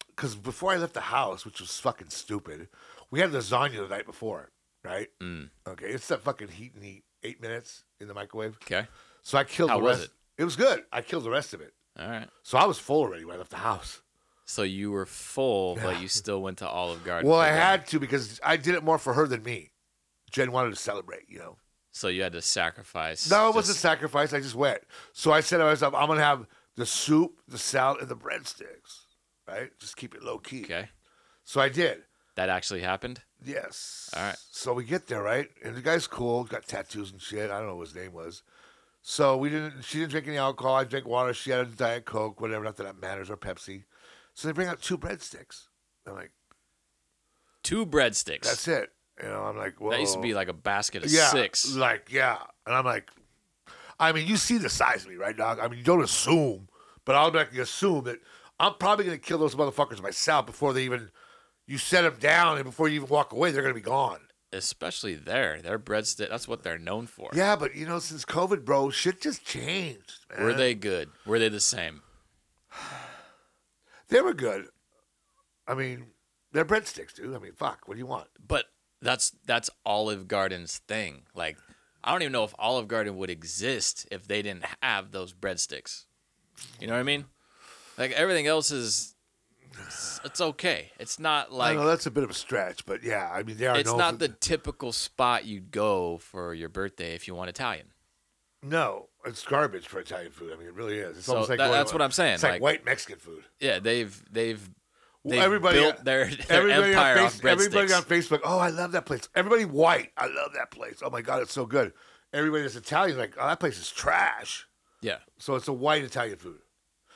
Speaker 5: because before I left the house, which was fucking stupid, we had lasagna the night before, right?
Speaker 4: Mm.
Speaker 5: Okay, it's that fucking heat and heat, eight minutes in the microwave.
Speaker 4: Okay.
Speaker 5: So I killed
Speaker 4: How
Speaker 5: the
Speaker 4: was
Speaker 5: rest. It was good. I killed the rest of it.
Speaker 4: All right.
Speaker 5: So I was full already when I left the house.
Speaker 4: So you were full, but you still went to Olive Garden.
Speaker 5: well,
Speaker 4: for
Speaker 5: I
Speaker 4: dinner.
Speaker 5: had to because I did it more for her than me. Jen wanted to celebrate, you know.
Speaker 4: So you had to sacrifice.
Speaker 5: No, it
Speaker 4: just-
Speaker 5: wasn't sacrifice. I just went. So I said to myself, I'm gonna have the soup, the salad, and the breadsticks. Right? Just keep it low key.
Speaker 4: Okay.
Speaker 5: So I did.
Speaker 4: That actually happened.
Speaker 5: Yes.
Speaker 4: All right.
Speaker 5: So we get there, right? And the guy's cool, got tattoos and shit. I don't know what his name was. So we didn't. She didn't drink any alcohol. I drank water. She had a diet coke, whatever. Not that that matters, or Pepsi. So they bring out two breadsticks. I'm like,
Speaker 4: Two breadsticks.
Speaker 5: that's it. You know, I'm like, well,
Speaker 4: That used to be like a basket of
Speaker 5: yeah,
Speaker 4: six.
Speaker 5: Like, yeah. And I'm like, I mean, you see the size of me, right, dog? I mean, you don't assume, but I'll like assume that I'm probably gonna kill those motherfuckers myself before they even. You set them down, and before you even walk away, they're gonna be gone.
Speaker 4: Especially there, their breadstick. That's what they're known for.
Speaker 5: Yeah, but you know, since COVID, bro, shit just changed. Man.
Speaker 4: Were they good? Were they the same?
Speaker 5: They were good. I mean, they're breadsticks, dude. I mean, fuck. What do you want?
Speaker 4: But that's that's Olive Garden's thing. Like, I don't even know if Olive Garden would exist if they didn't have those breadsticks. You know what I mean? Like everything else is, it's, it's okay. It's not
Speaker 5: I
Speaker 4: like
Speaker 5: know that's a bit of a stretch, but yeah, I mean, they are.
Speaker 4: it's
Speaker 5: known
Speaker 4: not
Speaker 5: for-
Speaker 4: the typical spot you'd go for your birthday if you want Italian.
Speaker 5: no. It's garbage for Italian food. I mean, it really is. It's
Speaker 4: So
Speaker 5: almost like
Speaker 4: that-
Speaker 5: going-
Speaker 4: that's what I'm saying,
Speaker 5: It's like,
Speaker 4: like-
Speaker 5: white Mexican food.
Speaker 4: Yeah, they've they've
Speaker 5: Well,
Speaker 4: they've
Speaker 5: everybody-
Speaker 4: built their, their
Speaker 5: Everybody on,
Speaker 4: empire on,
Speaker 5: face, everybody
Speaker 4: breadsticks.
Speaker 5: on Facebook. Oh, I love that place. Everybody white. I love that place. Oh my god, it's so good. Everybody that's Italian, like, oh, that place is trash.
Speaker 4: yeah,
Speaker 5: So it's a white Italian food.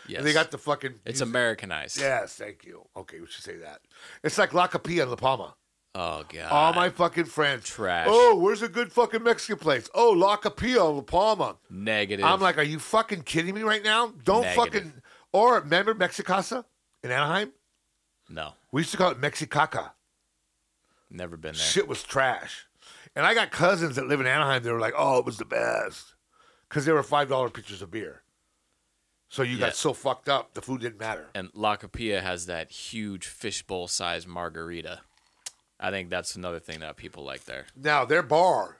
Speaker 4: yes.
Speaker 5: And they got the fucking.
Speaker 4: it's Americanized.
Speaker 5: Yes, thank you. Okay, we should say that. It's like La Capilla in La Palma.
Speaker 4: Oh god.
Speaker 5: All my fucking friends.
Speaker 4: trash.
Speaker 5: Oh, where's a good fucking Mexican place? Oh, La Capilla in La Palma.
Speaker 4: negative.
Speaker 5: I'm like, are you fucking kidding me right now? Don't
Speaker 4: Negative.
Speaker 5: fucking. Or remember Mexicasa in Anaheim?
Speaker 4: no,
Speaker 5: We used to call it Mexicaca.
Speaker 4: never been there.
Speaker 5: Shit was trash. And I got cousins that live in Anaheim. They were like, oh, it was the best. Because they were $5 pitchers of beer. So you
Speaker 4: Yeah.
Speaker 5: got so fucked up, the food didn't matter.
Speaker 4: And La Capilla has that huge fishbowl sized margarita. I think that's another thing that people like there.
Speaker 5: Now, their bar,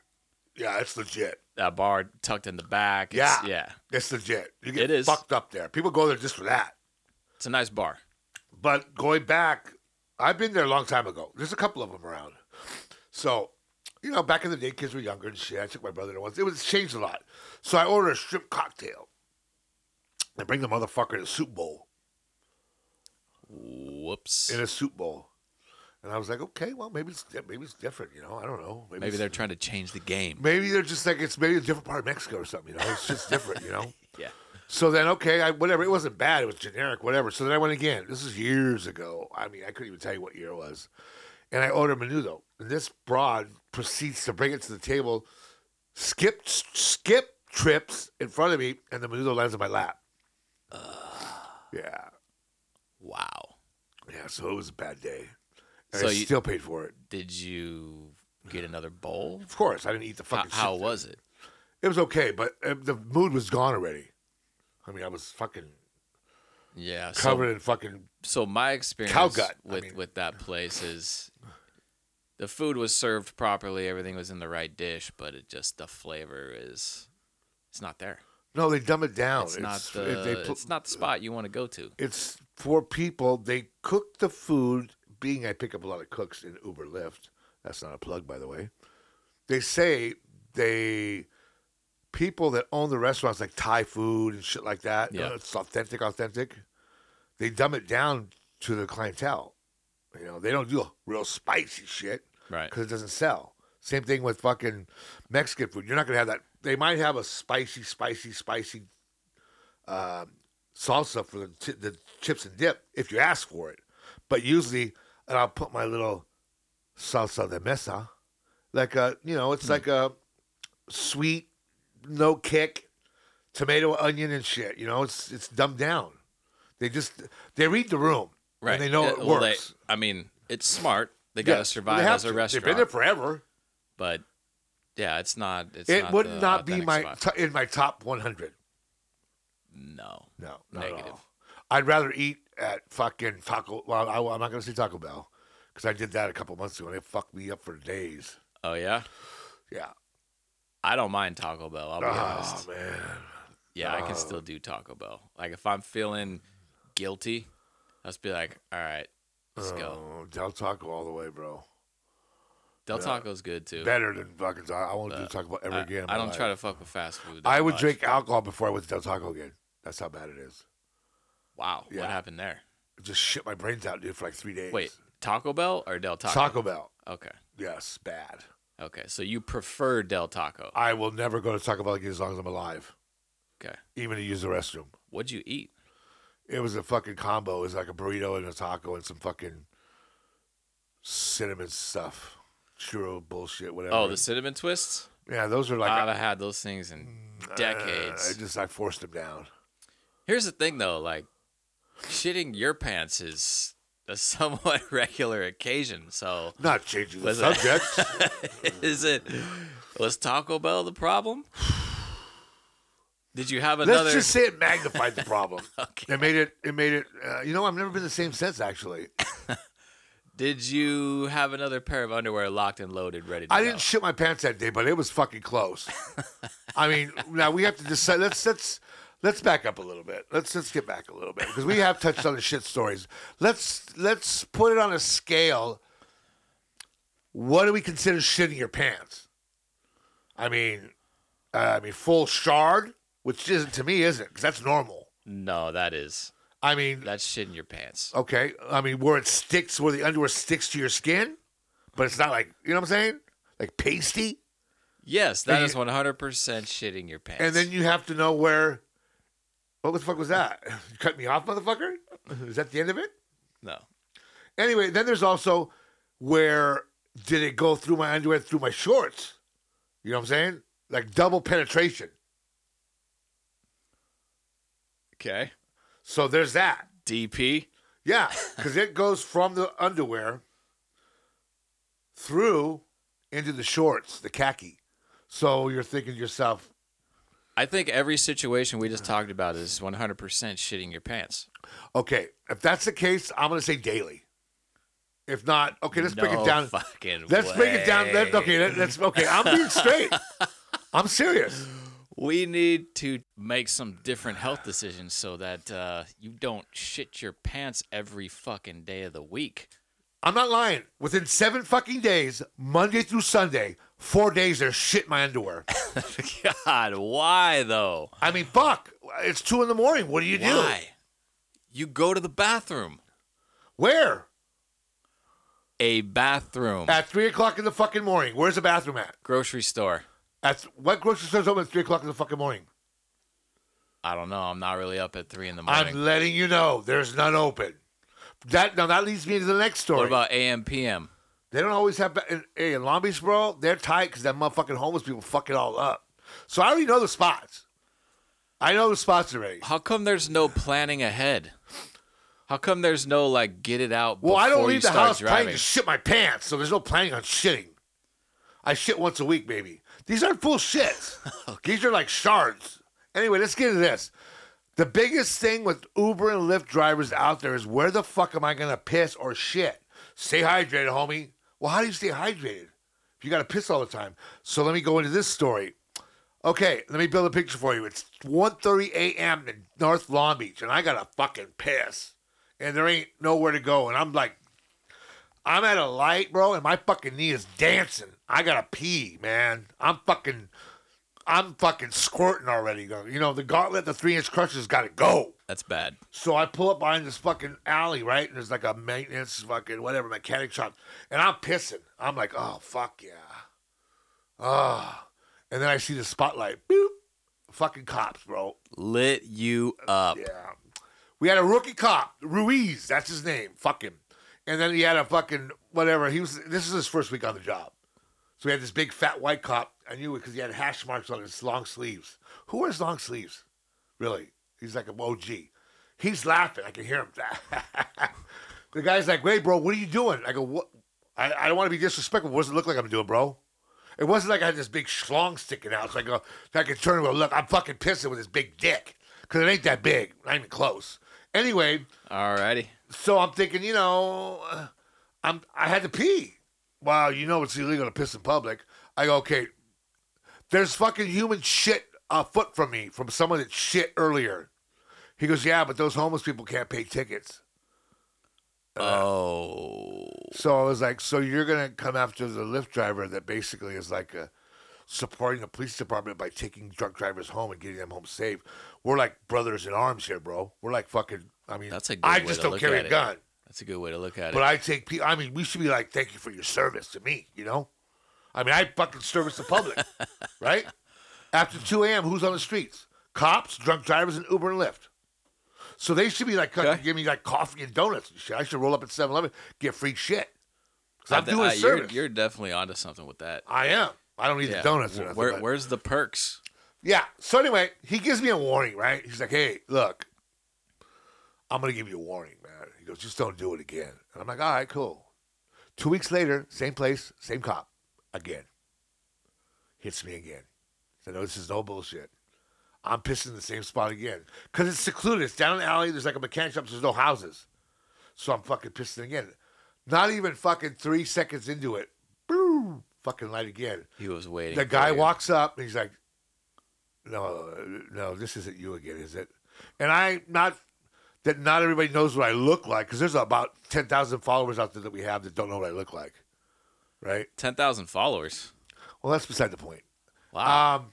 Speaker 5: yeah, it's legit.
Speaker 4: That bar tucked in the back. It's,
Speaker 5: Yeah.
Speaker 4: yeah.
Speaker 5: It's legit. You
Speaker 4: It
Speaker 5: get
Speaker 4: is.
Speaker 5: fucked up there. People go there just for that.
Speaker 4: It's a nice bar.
Speaker 5: But going back, I've been there a long time ago. There's a couple of them around. So, you know, back in the day, kids were younger and shit. I took my brother to once. It was changed a lot. So I ordered a shrimp cocktail. They bring the motherfucker in a soup bowl.
Speaker 4: Whoops.
Speaker 5: In a soup bowl. And I was like, okay, well, maybe it's di- maybe it's different. You know, I don't know.
Speaker 4: Maybe
Speaker 5: it's-
Speaker 4: they're trying to change the game.
Speaker 5: maybe they're just like it's maybe a different part of Mexico or something. You know, it's just different. You know.
Speaker 4: Yeah.
Speaker 5: So then, okay, I, whatever. It wasn't bad. It was generic, whatever. So then I went again. This is years ago. I mean, I couldn't even tell you what year it was. And I ordered menudo. And this broad proceeds to bring it to the table, skip skip trips in front of me, and the menudo lands in my lap. Yeah.
Speaker 4: Wow.
Speaker 5: Yeah, so it was a bad day. And
Speaker 4: So
Speaker 5: I
Speaker 4: you-
Speaker 5: still paid for it.
Speaker 4: Did you get another bowl?
Speaker 5: Of course, I didn't eat the
Speaker 4: How,
Speaker 5: fucking
Speaker 4: how
Speaker 5: shit.
Speaker 4: was it?
Speaker 5: It was okay, but uh, the mood was gone already. I mean, I was fucking
Speaker 4: Yeah. So,
Speaker 5: covered in fucking.
Speaker 4: so my experience
Speaker 5: Cow gut, I
Speaker 4: with
Speaker 5: mean.
Speaker 4: with that place is the food was served properly, everything was in the right dish, but it just the flavor is it's not there.
Speaker 5: No, they dumb it down.
Speaker 4: It's, not
Speaker 5: it-
Speaker 4: the
Speaker 5: they put-
Speaker 4: it's not the spot you want to go to.
Speaker 5: it's for people. They cook the food. Being I pick up a lot of cooks in Uber Lyft. That's not a plug, by the way. They say they people that own the restaurants like Thai food and shit like that.
Speaker 4: Yeah.
Speaker 5: uh, it's authentic, authentic. They dumb it down to the clientele. You know, they don't do real spicy shit
Speaker 4: Right.
Speaker 5: because it doesn't sell. Same thing with fucking Mexican food. You're not gonna have that. They might have a spicy, spicy, spicy um, salsa for the, chi- the chips and dip if you ask for it. But usually, and I'll put my little salsa de mesa, like a you know,
Speaker 4: Hmm.
Speaker 5: it's like a sweet, no kick, tomato, onion, and shit. You know, it's it's dumbed down. They just they read the room and they know
Speaker 4: Yeah,
Speaker 5: it
Speaker 4: well, they-
Speaker 5: works.
Speaker 4: I mean, it's smart. They
Speaker 5: Yeah,
Speaker 4: got to survive
Speaker 5: they have
Speaker 4: as a
Speaker 5: to.
Speaker 4: restaurant.
Speaker 5: They've been there forever.
Speaker 4: but yeah, it's not. It's
Speaker 5: it
Speaker 4: not
Speaker 5: would
Speaker 4: the
Speaker 5: not be
Speaker 4: authentic
Speaker 5: my
Speaker 4: spot.
Speaker 5: t- in my top 100.
Speaker 4: no.
Speaker 5: No, not at
Speaker 4: Negative.
Speaker 5: all. I'd rather eat at fucking Taco. Well, I, am not going to say Taco Bell because I did that a couple months ago and it fucked me up for days.
Speaker 4: Oh yeah,
Speaker 5: Yeah.
Speaker 4: I don't mind Taco Bell. I'll be
Speaker 5: Oh
Speaker 4: honest.
Speaker 5: man.
Speaker 4: Yeah, I can
Speaker 5: Um,
Speaker 4: still do Taco Bell. Like if I'm feeling guilty, I'll just be like, all right, let's go.
Speaker 5: Oh, Del Taco all the way, bro.
Speaker 4: Del Taco's good too.
Speaker 5: Better than fucking. Taco. I won't do
Speaker 4: Uh,
Speaker 5: Taco Bell ever
Speaker 4: I,
Speaker 5: again. in
Speaker 4: I
Speaker 5: my
Speaker 4: don't
Speaker 5: life.
Speaker 4: try to fuck with fast food. that
Speaker 5: I would
Speaker 4: much.
Speaker 5: drink alcohol before I went to Del Taco again. That's how bad it is.
Speaker 4: Wow,
Speaker 5: Yeah.
Speaker 4: what happened there?
Speaker 5: It just shit my brains out, dude, for like three days.
Speaker 4: Wait, Taco Bell or Del Taco?
Speaker 5: Taco, Bell.
Speaker 4: Okay,
Speaker 5: Yes, bad.
Speaker 4: okay. So you prefer Del Taco?
Speaker 5: I will never go to Taco Bell again as long as I'm alive,
Speaker 4: Okay.
Speaker 5: even to use the restroom.
Speaker 4: What'd you eat?
Speaker 5: It was a fucking combo. It was like a burrito and a taco and some fucking cinnamon stuff, churro bullshit, whatever.
Speaker 4: Oh, the cinnamon twists.
Speaker 5: yeah, those are like uh, Mm,
Speaker 4: I've had those things in decades.
Speaker 5: I just I forced them down.
Speaker 4: Here's the thing, though: like shitting your pants is a somewhat regular occasion. So,
Speaker 5: Not changing the
Speaker 4: Listen.
Speaker 5: subject.
Speaker 4: is it was Taco Bell the problem? Did you have another?
Speaker 5: Let's just say it magnified the problem.
Speaker 4: Okay.
Speaker 5: It made it. It made it. Uh, you know, I've never been the same since. Actually,
Speaker 4: Did you have another pair of underwear locked and loaded, ready? to
Speaker 5: I
Speaker 4: go?
Speaker 5: didn't shit my pants that day, but it was fucking close. I mean, now we have to decide. Let's let's let's back up a little bit. Let's let's get back a little bit because we have touched on the shit stories. Let's let's put it on a scale. What do we consider shitting your pants? I mean, uh, I mean full shard, which isn't to me, isn't because that's normal.
Speaker 4: no, that is
Speaker 5: I mean,
Speaker 4: that's shitting your pants.
Speaker 5: okay. I mean where it sticks, where the underwear sticks to your skin, but it's not like you know what I'm saying, like pasty.
Speaker 4: Yes, that
Speaker 5: And
Speaker 4: is
Speaker 5: you-
Speaker 4: 100 percent shitting your pants.
Speaker 5: And then you have to know where. What the fuck was that? You cut me off, motherfucker? Is that the end of it?
Speaker 4: no,
Speaker 5: Anyway, then there's also where did it go through my underwear, through my shorts? You know what I'm saying? Like double penetration.
Speaker 4: okay,
Speaker 5: So there's that.
Speaker 4: DP.
Speaker 5: Yeah, because it goes from the underwear through into the shorts, the khaki. So you're thinking to yourself,
Speaker 4: I think every situation we just talked about is 100% shitting your pants.
Speaker 5: okay, if that's the case, I'm going to say daily. If not, okay, let's break
Speaker 4: No
Speaker 5: it down.
Speaker 4: Fucking
Speaker 5: Let's break it down. Let,
Speaker 4: way.
Speaker 5: okay, let, let's. Okay, I'm being straight. I'm serious.
Speaker 4: We need to make some different health decisions so that uh, you don't shit your pants every fucking day of the week.
Speaker 5: I'm not lying. Within seven fucking days, Monday through Sunday, four days, there's shit in my underwear.
Speaker 4: God, why though?
Speaker 5: I mean, fuck. It's two in the morning. What do you do?
Speaker 4: Why? You go to the bathroom.
Speaker 5: Where?
Speaker 4: A bathroom.
Speaker 5: At three o'clock in the fucking morning. Where's the bathroom at?
Speaker 4: Grocery store.
Speaker 5: At what grocery store's open at three o'clock in the fucking morning?
Speaker 4: I don't know. I'm not really up at three in the morning.
Speaker 5: I'm letting you know there's none open. That now that leads me to the next story.
Speaker 4: what about AM PM?
Speaker 5: They don't always have. ba- In, hey, in Long Beach, bro, they're tight because that motherfucking homeless people fuck it all up. So I already know the spots. I know the spots already.
Speaker 4: How come there's no planning ahead? How come there's no like get it out?
Speaker 5: Well, I don't
Speaker 4: before you
Speaker 5: leave the
Speaker 4: start
Speaker 5: house planning
Speaker 4: driving?
Speaker 5: to shit my pants, so there's no planning on shitting. I shit once a week, baby. These aren't full shits. These are like shards. Anyway, let's get into this. The biggest thing with Uber and Lyft drivers out there is where the fuck am I gonna piss or shit? Stay hydrated, homie. Well, how do you stay hydrated if you gotta piss all the time? So let me go into this story. Okay, let me build a picture for you. It's 1.30 a.m. in North Long Beach, and I got to fucking piss. And there ain't nowhere to go. And I'm like, I'm at a light, bro, and my fucking knee is dancing. I got to pee, man. I'm fucking, I'm fucking squirting already. You know, the gauntlet, the three-inch crusher's got to go.
Speaker 4: That's bad.
Speaker 5: So I pull up behind this fucking alley, right? And there's like a maintenance fucking whatever mechanic shop. And I'm pissing. I'm like, oh fuck yeah. Ah. And then I see the spotlight. Boop. Fucking cops, bro.
Speaker 4: Lit you up.
Speaker 5: Yeah. We had a rookie cop, Ruiz, that's his name. Fuck him. And then he had a fucking whatever. He was this is his first week on the job. So we had this big fat white cop. I knew it because he had hash marks on his long sleeves. Who wears long sleeves? Really? He's like an OG. He's laughing. I can hear him. the guy's like, "Wait, bro, what are you doing?" I go, "What? I, I don't want to be disrespectful. What does it look like I'm doing, bro?" It wasn't like I had this big schlong sticking out. So I go, I could turn and go, look, I'm fucking pissing with this big dick. Because it ain't that big. Not even close. Anyway,
Speaker 4: Alrighty.
Speaker 5: so I'm thinking, you know, uh, I'm I had to pee. Wow, you know it's illegal to piss in public. I go, okay. There's fucking human shit a foot from me from someone that shit earlier. He goes, yeah, but those homeless people can't pay tickets.
Speaker 4: Oh.
Speaker 5: So I was like, so you're gonna come after the Lyft driver that basically is like uh supporting the police department by taking drunk drivers home and getting them home safe. We're like brothers in arms here, bro. We're like fucking. I mean,
Speaker 4: That's a good
Speaker 5: I
Speaker 4: way
Speaker 5: just
Speaker 4: to
Speaker 5: don't
Speaker 4: look
Speaker 5: carry
Speaker 4: at
Speaker 5: a
Speaker 4: it.
Speaker 5: gun.
Speaker 4: That's a good way to look at
Speaker 5: But
Speaker 4: it.
Speaker 5: I take people. I mean, we should be like, thank you for your service to me. You know, I mean, I fucking service the public, right? After two a.m., who's on the streets? Cops, drunk drivers, and Uber and Lyft. So they should be like, come
Speaker 4: Okay.
Speaker 5: give me like coffee and donuts and shit. I should roll up at 7-Eleven, get free shit. Cause I'm
Speaker 4: Uh,
Speaker 5: doing
Speaker 4: uh, you're-
Speaker 5: service.
Speaker 4: You're, definitely onto something with that.
Speaker 5: I am. I don't need the donuts or nothing.
Speaker 4: Where,
Speaker 5: but-
Speaker 4: where's the perks?
Speaker 5: Yeah. So anyway, he gives me a warning, right? He's like, "Hey, look, I'm gonna give you a warning, man." He goes, "Just don't do it again." And I'm like, "All right, cool." Two weeks later, same place, same cop, again. Hits me again. So no, this is no bullshit. I'm pissing in the same spot again because it's secluded. It's down an alley. There's like a mechanic shop. So there's no houses, so I'm fucking pissing again. Not even fucking three seconds into it, boom, fucking light again.
Speaker 4: He was waiting.
Speaker 5: The
Speaker 4: for
Speaker 5: guy
Speaker 4: you.
Speaker 5: walks up and he's like, "No, no, this isn't you again, is it?" And I not that not everybody knows what I look like because there's about ten thousand followers out there that we have that don't know what I look like, right?
Speaker 4: Ten thousand followers.
Speaker 5: Well, that's beside the point.
Speaker 4: Wow.
Speaker 5: Um,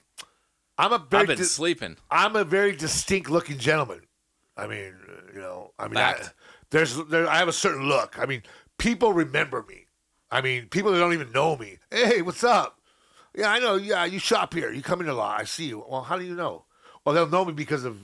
Speaker 5: I'm a
Speaker 4: I've
Speaker 5: very
Speaker 4: been
Speaker 5: dis-
Speaker 4: sleeping.
Speaker 5: I'm a very distinct looking gentleman. I mean, uh, you know, I mean, I,
Speaker 4: Fact.
Speaker 5: there's there, I have a certain look. I mean, people remember me. I mean, people that don't even know me. Hey, what's up? Yeah, I know. Yeah, you shop here. You come in a lot. I see you. Well, how do you know? Well, they'll know me because of.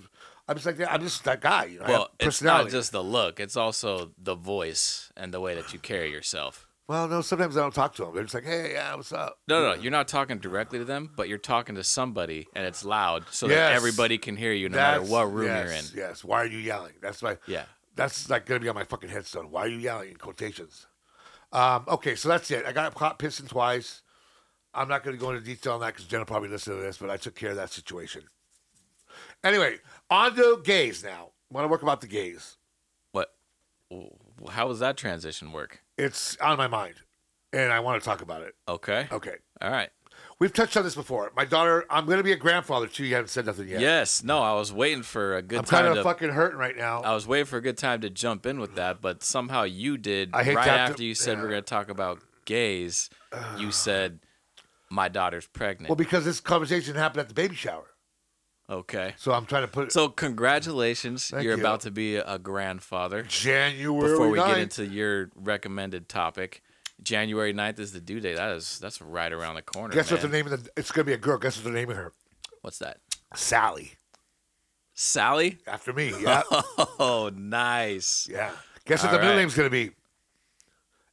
Speaker 5: I'm just like that. I'm just that guy. You know, I
Speaker 4: Well,
Speaker 5: have
Speaker 4: it's not
Speaker 5: personality.
Speaker 4: just the look; it's also the voice and the way that you carry yourself.
Speaker 5: well, no. Sometimes I don't talk to them. They're just like, hey, yeah, what's up?
Speaker 4: No, no, you're not talking directly to them, but you're talking to somebody, and it's loud so that
Speaker 5: Yes.
Speaker 4: everybody can hear you, no
Speaker 5: That's,
Speaker 4: matter what room
Speaker 5: yes,
Speaker 4: you're in.
Speaker 5: Yes. Why are you yelling? That's my.
Speaker 4: Yeah.
Speaker 5: That's like gonna be on my fucking headstone. Why are you yelling in quotations? Um, okay, so that's it. I got caught pissing twice. I'm not gonna go into detail on that because Jenna probably listened to this, but I took care of that situation. Anyway, on to gays now. Want to work about the gays?
Speaker 4: What? wh- How does that transition work?
Speaker 5: It's on my mind, and I want to talk about it.
Speaker 4: Okay.
Speaker 5: Okay,
Speaker 4: All right.
Speaker 5: we've touched on this before. My daughter, I'm gonna be a grandfather too. You haven't said nothing yet.
Speaker 4: Yes. No, I was waiting for a good
Speaker 5: I'm
Speaker 4: time
Speaker 5: kind of
Speaker 4: to.
Speaker 5: fucking hurting right now.
Speaker 4: I was waiting for a good time to jump in with that, but somehow you did
Speaker 5: I hate
Speaker 4: right
Speaker 5: to have to-
Speaker 4: after you said we're
Speaker 5: yeah.
Speaker 4: going to talk about gays. you said my daughter's pregnant.
Speaker 5: well, because this conversation happened at the baby shower,
Speaker 4: okay.
Speaker 5: so I'm trying to put.
Speaker 4: So congratulations,
Speaker 5: Thank
Speaker 4: you're
Speaker 5: you.
Speaker 4: about to be a grandfather.
Speaker 5: January
Speaker 4: Before we get
Speaker 5: 9th.
Speaker 4: into your recommended topic, January 9th is the due date. That is that's right around the corner.
Speaker 5: Guess what the
Speaker 4: man.
Speaker 5: name of the? It's gonna be a girl. Guess what the name of her?
Speaker 4: What's that?
Speaker 5: Sally.
Speaker 4: Sally?
Speaker 5: After me. Yeah.
Speaker 4: Oh, nice.
Speaker 5: yeah. Guess what the
Speaker 4: All right.
Speaker 5: middle name's gonna be?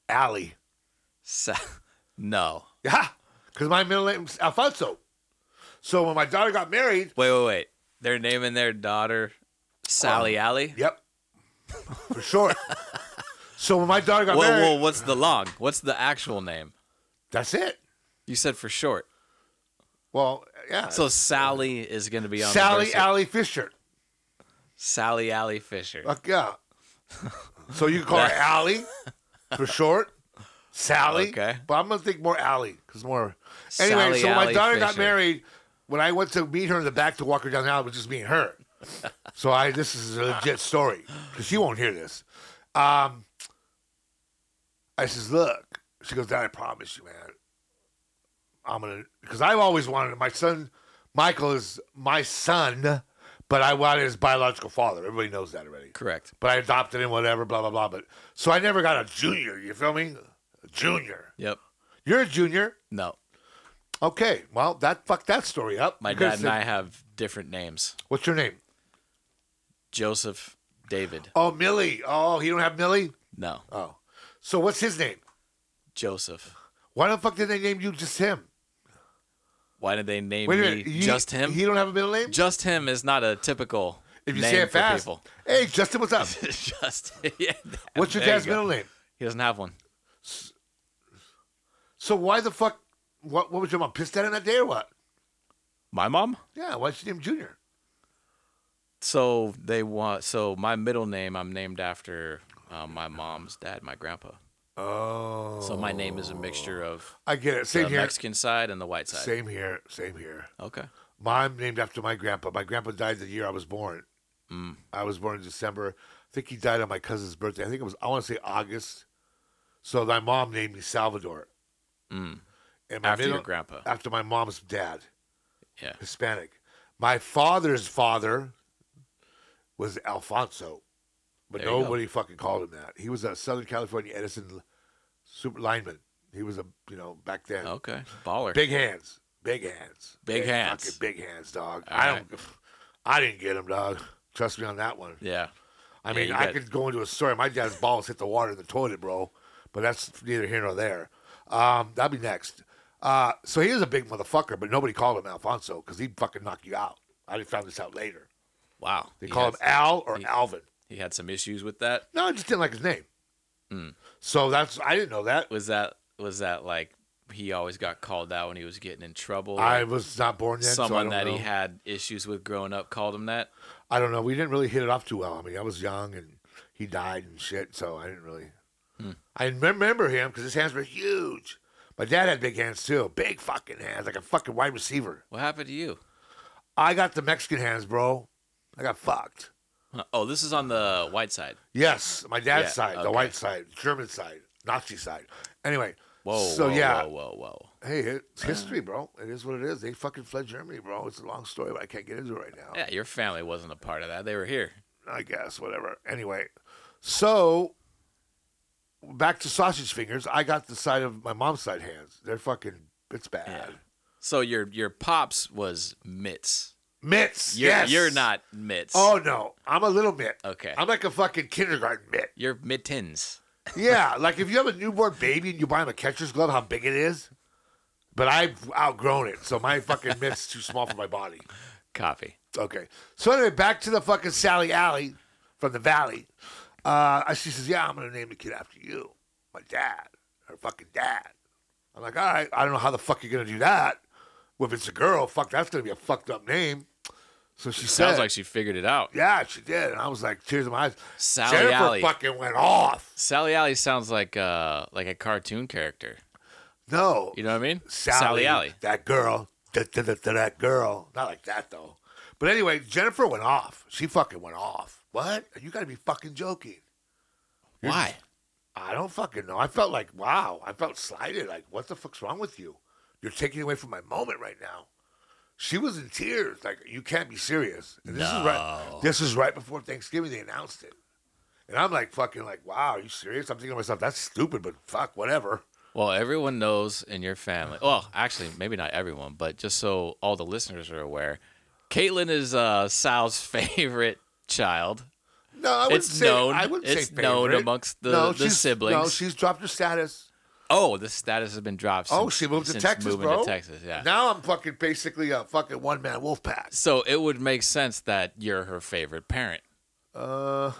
Speaker 5: Allie.
Speaker 4: Sa- no.
Speaker 5: Yeah. Because my middle name's Alfonso. So when my daughter got married,
Speaker 4: Wait, wait, wait. They're naming their daughter Sally Alley.
Speaker 5: Yep. For sure. so when my daughter got
Speaker 4: Whoa,
Speaker 5: married,
Speaker 4: whoa, what's the long? What's the actual name?
Speaker 5: that's it.
Speaker 4: You said for short.
Speaker 5: Well, yeah.
Speaker 4: So Sally is going to be on the
Speaker 5: Sally
Speaker 4: birth
Speaker 5: Alley Fisher.
Speaker 4: Sally Alley Fisher.
Speaker 5: Fuck yeah. So you can call her Allie for short. Sally.
Speaker 4: Okay.
Speaker 5: But I'm gonna think more Allie because more. Anyway,
Speaker 4: Sally
Speaker 5: so when my
Speaker 4: Allie
Speaker 5: daughter got
Speaker 4: Fisher.
Speaker 5: married. When I went to meet her in the back to walk her down the aisle, it was just me and her. So I this is a legit story because she won't hear this. Um, I says, look. She goes, Dad, I promise you, man. I'm gonna because I've always wanted my son. Michael is my son, but I wanted his biological father. Everybody knows that already
Speaker 4: Correct.
Speaker 5: but I adopted him, whatever, blah blah blah. But so I never got a junior. You feel me? A junior.
Speaker 4: Yep.
Speaker 5: You're a junior.
Speaker 4: No,
Speaker 5: Okay. Well, that fucked that story up.
Speaker 4: my
Speaker 5: You could've
Speaker 4: dad and
Speaker 5: said-
Speaker 4: I have different names.
Speaker 5: What's your name?
Speaker 4: Joseph, David.
Speaker 5: Oh, Millie. Oh, he don't have Millie.
Speaker 4: No,
Speaker 5: Oh, so what's his name?
Speaker 4: Joseph.
Speaker 5: Why the fuck did they name you just him?
Speaker 4: Why did they name
Speaker 5: Wait a
Speaker 4: me
Speaker 5: minute. You-
Speaker 4: just him?
Speaker 5: He don't have a middle name.
Speaker 4: just him is not a typical
Speaker 5: If you
Speaker 4: name
Speaker 5: say it
Speaker 4: for
Speaker 5: fast.
Speaker 4: people.
Speaker 5: Hey, Justin, what's up?
Speaker 4: just yeah.
Speaker 5: What's your
Speaker 4: there you
Speaker 5: dad's
Speaker 4: go.
Speaker 5: middle name?
Speaker 4: He doesn't have one.
Speaker 5: So why the fuck? What? What was your mom pissed at him that day or what?
Speaker 4: My mom.
Speaker 5: Yeah. Why'd she name him Junior?
Speaker 4: So they want. So my middle name, I'm named after uh, my mom's dad, my grandpa.
Speaker 5: Oh.
Speaker 4: So my name is a mixture of
Speaker 5: I get it.
Speaker 4: the
Speaker 5: Same here.
Speaker 4: Mexican side and the white side.
Speaker 5: Same here. Same here.
Speaker 4: Okay.
Speaker 5: Mine named after my grandpa. My grandpa died the year I was born.
Speaker 4: Mm.
Speaker 5: I was born in December. I think he died on my cousin's birthday. I think it was I want to say August. So my mom named me Salvador.
Speaker 4: Mm.
Speaker 5: And my
Speaker 4: After your
Speaker 5: middle-
Speaker 4: grandpa.
Speaker 5: after my mom's dad,
Speaker 4: Yeah.
Speaker 5: Hispanic. My father's father was Alfonso, but
Speaker 4: There you go.
Speaker 5: nobody fucking called him that. He was a Southern California Edison super lineman. He was a you know back then.
Speaker 4: Okay. Baller.
Speaker 5: Big hands. Big hands.
Speaker 4: Big hands.
Speaker 5: Fucking big hands, dog.
Speaker 4: All
Speaker 5: I don't. I didn't get him, dog. Trust me on that one.
Speaker 4: Yeah.
Speaker 5: I
Speaker 4: Yeah,
Speaker 5: mean,
Speaker 4: you
Speaker 5: I
Speaker 4: got-
Speaker 5: could go into a story. My dad's balls hit the water in the toilet, bro. But that's neither here nor there. Um, that'll be next. Uh, so he is a big motherfucker, but nobody called him Alfonso because he'd fucking knock you out. I found this out later.
Speaker 4: Wow.
Speaker 5: They
Speaker 4: He
Speaker 5: call
Speaker 4: had-
Speaker 5: him Al or
Speaker 4: he-
Speaker 5: Alvin.
Speaker 4: He had some issues with that.
Speaker 5: No, I just didn't like his name.
Speaker 4: Mm.
Speaker 5: So that's I didn't know that.
Speaker 4: Was that was that like he always got called out when he was getting in trouble?
Speaker 5: I
Speaker 4: Like,
Speaker 5: was not born then. so I
Speaker 4: someone
Speaker 5: don't
Speaker 4: that he
Speaker 5: know.
Speaker 4: had issues with growing up called him that.
Speaker 5: I don't know. We didn't really hit it off too well. I mean, I was young and he died and shit, so I didn't really.
Speaker 4: Hmm.
Speaker 5: I remember him because his hands were huge. My dad had big hands too, big fucking hands, like a fucking wide receiver.
Speaker 4: What happened to you?
Speaker 5: I got the Mexican hands, bro. I got fucked.
Speaker 4: Huh. Oh, this is on the white side.
Speaker 5: Yes, my dad's
Speaker 4: Yeah,
Speaker 5: side, the
Speaker 4: okay.
Speaker 5: white side, German side, Nazi side. Anyway,
Speaker 4: Whoa.
Speaker 5: So,
Speaker 4: whoa, Ah.
Speaker 5: yeah.
Speaker 4: Whoa. Whoa. Whoa.
Speaker 5: hey, it's history, bro. It is what it is. They fucking fled Germany, bro. It's a long story, but I can't get into it right now.
Speaker 4: Yeah, your family wasn't a part of that. They were here.
Speaker 5: I guess, whatever. Anyway, so back to sausage fingers. I got the side of my mom's side hands. They're fucking, it's bad.
Speaker 4: Yeah. So your your pops was Mitts.
Speaker 5: Mitts,
Speaker 4: You're,
Speaker 5: yes.
Speaker 4: You're not Mitts.
Speaker 5: Oh, no. I'm a little mitt.
Speaker 4: Okay.
Speaker 5: I'm like a fucking kindergarten mitt.
Speaker 4: You're mittens.
Speaker 5: Yeah. like if you have a newborn baby and you buy him a catcher's glove, how big it is. But I've outgrown it. So my fucking mitt's too small for my body.
Speaker 4: Copy.
Speaker 5: Okay. So anyway, back to the fucking Sally Alley from the Valley. Uh, she says, "Yeah, I'm gonna name the kid after you, my dad, her fucking dad." I'm like, "All right, I don't know how the fuck you're gonna do that. Well, if it's a girl, fuck, that's gonna be a fucked up name." So she
Speaker 4: Sounds
Speaker 5: said,
Speaker 4: like she figured it out.
Speaker 5: "Yeah, she did," and I was like, "Tears in my eyes."
Speaker 4: Sally
Speaker 5: Jennifer
Speaker 4: Alley.
Speaker 5: fucking went off.
Speaker 4: Sally Alley sounds like uh like a cartoon character.
Speaker 5: No,
Speaker 4: You know what I mean?
Speaker 5: Sally,
Speaker 4: Alley.
Speaker 5: That girl. Da, da, da, da, that girl. Not like that, though. But anyway, Jennifer went off. She fucking went off. What? You got to be fucking joking.
Speaker 4: Why?
Speaker 5: I don't fucking know. I felt like, wow. I felt slighted. Like, what the fuck's wrong with you? You're taking away from my moment right now. She was in tears. Like, you can't be serious. And this is right. This is right before Thanksgiving. They announced it. And I'm like, fucking, like, wow, are you serious? I'm thinking to myself, that's stupid, but fuck, whatever.
Speaker 4: Well, everyone knows in your family. Well, actually, maybe not everyone, but just so all the listeners are aware, Caitlin is uh, Sal's favorite child.
Speaker 5: No, I wouldn't
Speaker 4: It's
Speaker 5: say.
Speaker 4: known.
Speaker 5: I wouldn't
Speaker 4: It's
Speaker 5: say
Speaker 4: known
Speaker 5: favorite.
Speaker 4: amongst the- the
Speaker 5: she's- No,
Speaker 4: siblings.
Speaker 5: she's dropped her status.
Speaker 4: Oh, the status has been dropped. Since,
Speaker 5: oh, she moved to
Speaker 4: since
Speaker 5: Texas,
Speaker 4: moving
Speaker 5: bro.
Speaker 4: To Texas, yeah.
Speaker 5: Now I'm fucking basically a fucking one man wolf pack.
Speaker 4: so it would make sense that you're her favorite parent.
Speaker 5: Uh,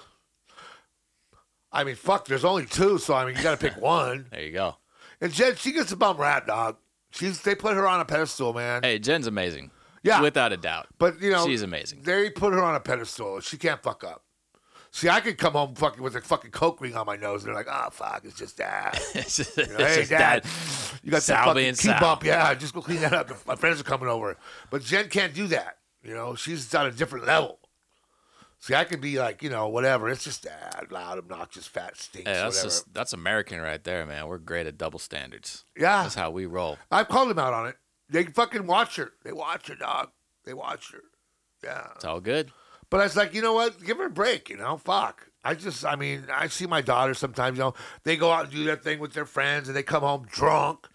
Speaker 5: I mean, fuck. There's only two, so I mean, you got to pick one.
Speaker 4: There you go.
Speaker 5: And Jen, she gets a bum rap, dog. She's they put her on a pedestal, man.
Speaker 4: Hey, Jen's amazing.
Speaker 5: yeah,
Speaker 4: Without a doubt.
Speaker 5: but you know
Speaker 4: she's amazing.
Speaker 5: They put her on a pedestal. She can't fuck up. See, I could come home fucking with a fucking coke ring on my nose, and they're like, "Oh fuck, it's just that."
Speaker 4: it's just, it's
Speaker 5: hey,
Speaker 4: just
Speaker 5: Dad,
Speaker 4: that.
Speaker 5: you got
Speaker 4: Sal
Speaker 5: that fucking
Speaker 4: being
Speaker 5: key
Speaker 4: Sal.
Speaker 5: bump. Yeah, just go clean that up. My friends are coming over, but Jen can't do that. You know, she's on a different level. See, I could be like, you know, whatever. It's just that loud, obnoxious, fat stinks.
Speaker 4: Hey, that's
Speaker 5: whatever.
Speaker 4: just that's American right there, man. We're great at double standards.
Speaker 5: yeah,
Speaker 4: That's how we roll.
Speaker 5: I've called him out on it. They fucking watch her. They watch her, dog. They watch her. Yeah.
Speaker 4: It's all good.
Speaker 5: But I was like, you know what? Give her a break, you know? Fuck. I just, I mean, I see my daughter sometimes, you know, they go out and do their thing with their friends and they come home drunk,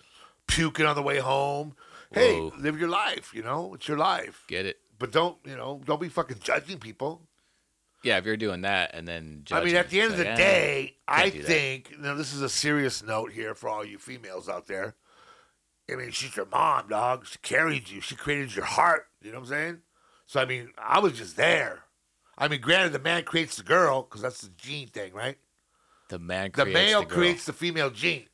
Speaker 5: puking on the way home. Hey,
Speaker 4: Whoa.
Speaker 5: live your life, you know? It's your life.
Speaker 4: Get it?
Speaker 5: But don't, you know, don't be fucking judging people.
Speaker 4: Yeah, if you're doing that and then
Speaker 5: I mean,
Speaker 4: judging,
Speaker 5: at the end of
Speaker 4: it's
Speaker 5: the
Speaker 4: like, eh.
Speaker 5: day, I
Speaker 4: do that.
Speaker 5: think now this is a serious note here for all you females out there. I mean, she's your mom, dog. She carried you. She created your heart. You know what I'm saying? So I mean, I was just there. I mean, granted, the man creates the girl because that's the gene thing, right?
Speaker 4: the man
Speaker 5: The
Speaker 4: creates the
Speaker 5: male
Speaker 4: girl.
Speaker 5: creates the female gene.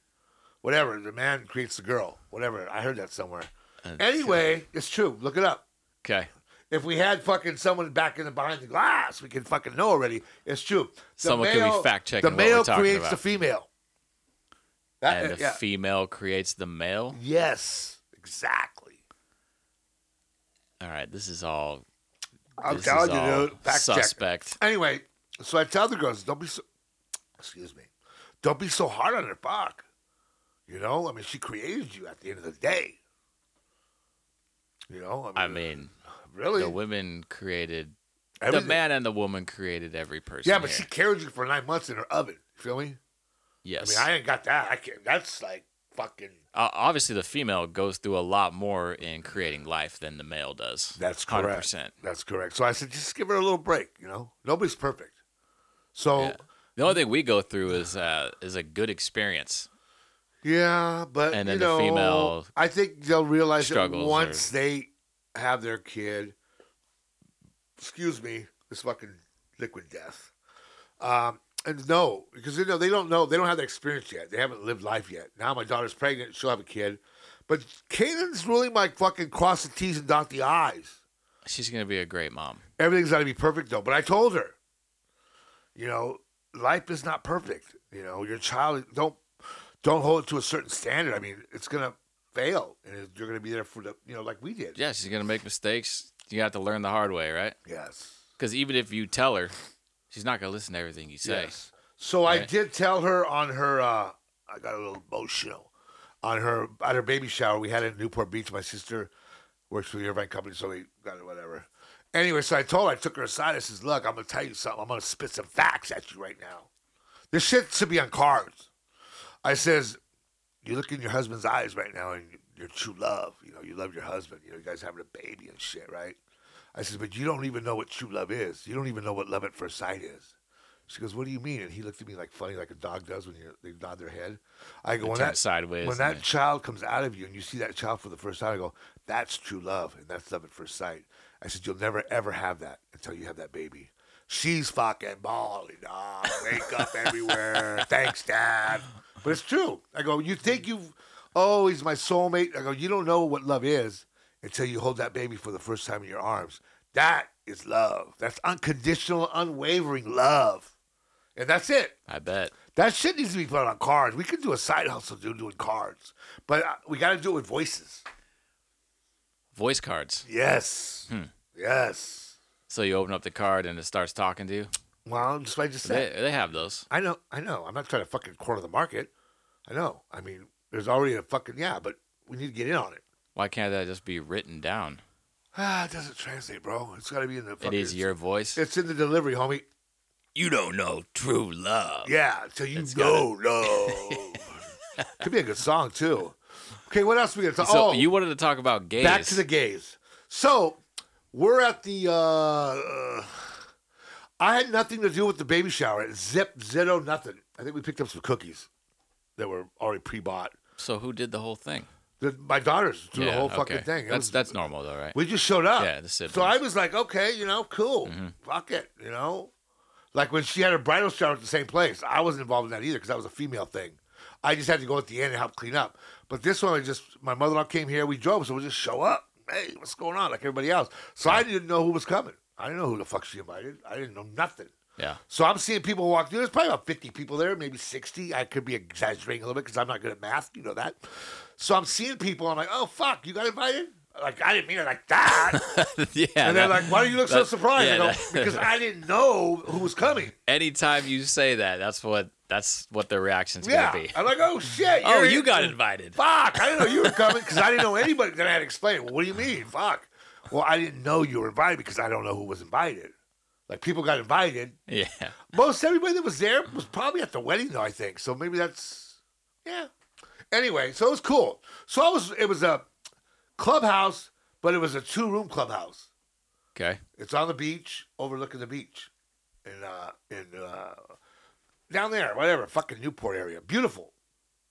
Speaker 5: Whatever. The man creates the girl. Whatever. I heard that somewhere.
Speaker 4: Uh,
Speaker 5: Anyway, it's true. Look it up.
Speaker 4: Okay.
Speaker 5: If we had fucking someone back in the behind the glass, we could fucking know already. It's true. The
Speaker 4: Someone could be fact-checking
Speaker 5: The
Speaker 4: what we're
Speaker 5: male
Speaker 4: talking
Speaker 5: creates
Speaker 4: about.
Speaker 5: the female. That-
Speaker 4: and the
Speaker 5: Uh, yeah.
Speaker 4: female creates the male.
Speaker 5: yes, exactly.
Speaker 4: All right, this is all.
Speaker 5: I'm
Speaker 4: this
Speaker 5: telling
Speaker 4: is
Speaker 5: you,
Speaker 4: all
Speaker 5: dude. Fact check.
Speaker 4: suspect.
Speaker 5: Anyway, so I tell the girls, don't be so. Excuse me, don't be so hard on her, fuck. You know, I mean, she created you at the end of the day. You know,
Speaker 4: I mean,
Speaker 5: really,
Speaker 4: the women created the
Speaker 5: everything.
Speaker 4: man and the woman created every person.
Speaker 5: Yeah, but
Speaker 4: here.
Speaker 5: she carried you for nine months in her oven. You feel me?
Speaker 4: yes.
Speaker 5: I mean, I ain't got that. I can't. That's like fucking.
Speaker 4: O- obviously, the female goes through a lot more in creating life than the male does.
Speaker 5: That's correct.
Speaker 4: hundred percent.
Speaker 5: That's correct. So I said, just give her a little break. You know, nobody's perfect. So yeah,
Speaker 4: Yeah. The only thing we go through is uh, is a good experience.
Speaker 5: but
Speaker 4: And
Speaker 5: you
Speaker 4: then the
Speaker 5: know,
Speaker 4: female
Speaker 5: I think they'll realize that
Speaker 4: struggles
Speaker 5: once they have their kid. Excuse me, this fucking liquid death. Um, and no, because you know they don't know. They don't have the experience yet. They haven't lived life yet. Now my daughter's pregnant. She'll have a kid. But Caitlyn's really my fucking cross the T's and dot the I's.
Speaker 4: She's gonna be a great mom.
Speaker 5: everything's got to be perfect though. But I told her, you know, life is not perfect. You know, your child don't don't hold it to a certain standard. I mean, it's gonna fail, and it- you're gonna be there for the you know, like we did.
Speaker 4: Yeah, she's gonna make mistakes. You have to learn the hard way, right?
Speaker 5: Yes.
Speaker 4: Because even if you tell her, she's not gonna listen to everything you say.
Speaker 5: Yes. So I
Speaker 4: Right.
Speaker 5: did tell her on her. Uh, I got a little emotional on her at her baby shower. We had it in Newport Beach. My sister works for the Irvine Company, so we got it. Whatever. Anyway, so I told her. I took her aside. I says, "Look, I'm gonna tell you something. I'm gonna spit some facts at you right now. This shit should be on cards." I says, "You look in your husband's eyes right now, and your true love. You know, you love your husband. You know, you guys having a baby and shit, right?" I says, "But you don't even know what true love is. You don't even know what love at first sight is." She goes, "What do you mean?" And he looked at me like funny, like a dog does when you they nod their head. I go, "When
Speaker 4: turn
Speaker 5: that
Speaker 4: sideways
Speaker 5: when
Speaker 4: and
Speaker 5: that
Speaker 4: they-
Speaker 5: child comes out of you and you see that child for the first time, I go, that's true love and that's love at first sight." I said, "You'll never ever have that until you have that baby." She's fucking balling, dog. Makeup everywhere. Thanks, Dad. But it's true. I go, you think you've, oh, he's my soulmate. I go, you don't know what love is until you hold that baby for the first time in your arms. That is love. That's unconditional, unwavering love. And that's it.
Speaker 4: I bet.
Speaker 5: That shit needs to be put on cards. We could do a side hustle, dude, doing cards. But uh, we got to do it with voices.
Speaker 4: Voice cards.
Speaker 5: Yes.
Speaker 4: Hmm.
Speaker 5: Yes.
Speaker 4: So you open up the card and it starts talking to you.
Speaker 5: Well, just what I just said.
Speaker 4: They, they have those.
Speaker 5: I know. I know. I'm not trying to fucking corner the market. I know. I mean, there's already a fucking, yeah, but we need to get in on it.
Speaker 4: Why can't that just be written down?
Speaker 5: Ah, it doesn't translate, bro. It's got to be in the fucking.
Speaker 4: It is your voice.
Speaker 5: It's in the delivery, homie.
Speaker 4: You don't know true love.
Speaker 5: Yeah, so you
Speaker 4: Oh, It's
Speaker 5: go no. Could be a good song too. Okay, what else we gonna talk?
Speaker 4: So
Speaker 5: oh,
Speaker 4: you wanted to talk about gays.
Speaker 5: back to the gays. So we're at the. Uh, uh, I had nothing to do with the baby shower. Zip, zitto, nothing. I think we picked up some cookies. that were already pre-bought.
Speaker 4: So who did the whole thing?
Speaker 5: The, my daughters do
Speaker 4: yeah,
Speaker 5: the whole
Speaker 4: okay.
Speaker 5: fucking thing. It
Speaker 4: That's
Speaker 5: was-
Speaker 4: that's normal though, right?
Speaker 5: We just showed up.
Speaker 4: Yeah, the siblings. Mm-hmm.
Speaker 5: So I was like, okay, you know, cool. Fuck it, you know. Like when she had her bridal shower at the same place, I wasn't involved in that either because that was a female thing. I just had to go at the end and help clean up. But this one, I just my mother-in-law came here. We drove, so we just show up. Hey, what's going on? Like everybody else. So I didn't know who was coming. I didn't know who the fuck she invited. I didn't know nothing.
Speaker 4: yeah.
Speaker 5: So I'm seeing people walk through. There's probably about 50 people there, maybe 60. I could be exaggerating a little bit because I'm not good at math. You know that. So I'm seeing people. I'm like, oh, fuck, you got invited? Like, I didn't mean it like that.
Speaker 4: yeah.
Speaker 5: and they're
Speaker 4: that-
Speaker 5: like, why do you look so
Speaker 4: that-
Speaker 5: surprised?
Speaker 4: yeah,
Speaker 5: I go,
Speaker 4: that-
Speaker 5: because I didn't know who was coming.
Speaker 4: anytime you say that, that's what that's what their reaction's
Speaker 5: Yeah.
Speaker 4: gonna be.
Speaker 5: I'm like, oh, shit.
Speaker 4: Oh,
Speaker 5: you're
Speaker 4: you
Speaker 5: in-
Speaker 4: got invited.
Speaker 5: Fuck, I didn't know you were coming because I didn't know anybody. Then I had to explain, well, what do you mean? Fuck. Well, I didn't know you were invited because I don't know who was invited. Like, people got invited.
Speaker 4: Yeah.
Speaker 5: Most everybody that was there was probably at the wedding, though. I think so. Maybe that's yeah. Anyway, so it was cool. So I was. It was a clubhouse, but it was a two room clubhouse.
Speaker 4: Okay.
Speaker 5: It's on the beach, overlooking the beach, and uh, in uh, down there, whatever, fucking Newport area, beautiful.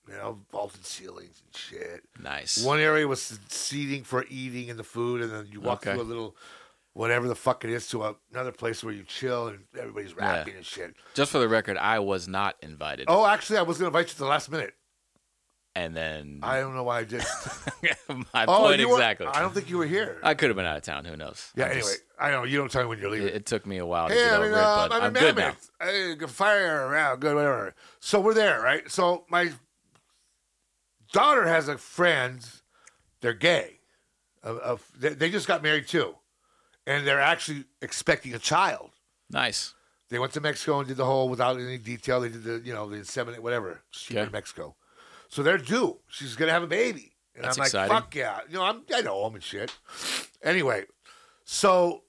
Speaker 5: You know, vaulted ceilings and shit.
Speaker 4: Nice.
Speaker 5: One area was seating for eating and the food, and then you walk
Speaker 4: Okay.
Speaker 5: through a little, whatever the fuck it is, to a, another place where you chill and everybody's rapping and shit.
Speaker 4: Just for the record, I was not invited.
Speaker 5: Oh, actually, I was going to invite you at the last minute.
Speaker 4: And then
Speaker 5: I don't know why I did.
Speaker 4: my
Speaker 5: oh,
Speaker 4: point
Speaker 5: you were-
Speaker 4: exactly.
Speaker 5: I don't think you were here.
Speaker 4: I could have been out of town. Who knows?
Speaker 5: yeah.
Speaker 4: I
Speaker 5: anyway,
Speaker 4: just-
Speaker 5: I know you don't tell me when you're leaving.
Speaker 4: it, it took me a while to
Speaker 5: hey,
Speaker 4: get
Speaker 5: I
Speaker 4: over
Speaker 5: mean,
Speaker 4: it,
Speaker 5: uh,
Speaker 4: but
Speaker 5: I'm
Speaker 4: I'm
Speaker 5: in
Speaker 4: good now.
Speaker 5: Mammoth. Hey, good fire around, good whatever. So we're there, right? So my daughter has a friend. They're gay. Uh, uh, they, they just got married too, and they're actually expecting a child.
Speaker 4: Nice.
Speaker 5: They went to Mexico and did the whole without any detail. They did the you know the inseminate whatever. She went
Speaker 4: Okay.
Speaker 5: to Mexico, so they're due. She's gonna have a baby, and
Speaker 4: That's
Speaker 5: I'm like,
Speaker 4: exciting.
Speaker 5: fuck yeah, you know I'm I know him and shit. Anyway, so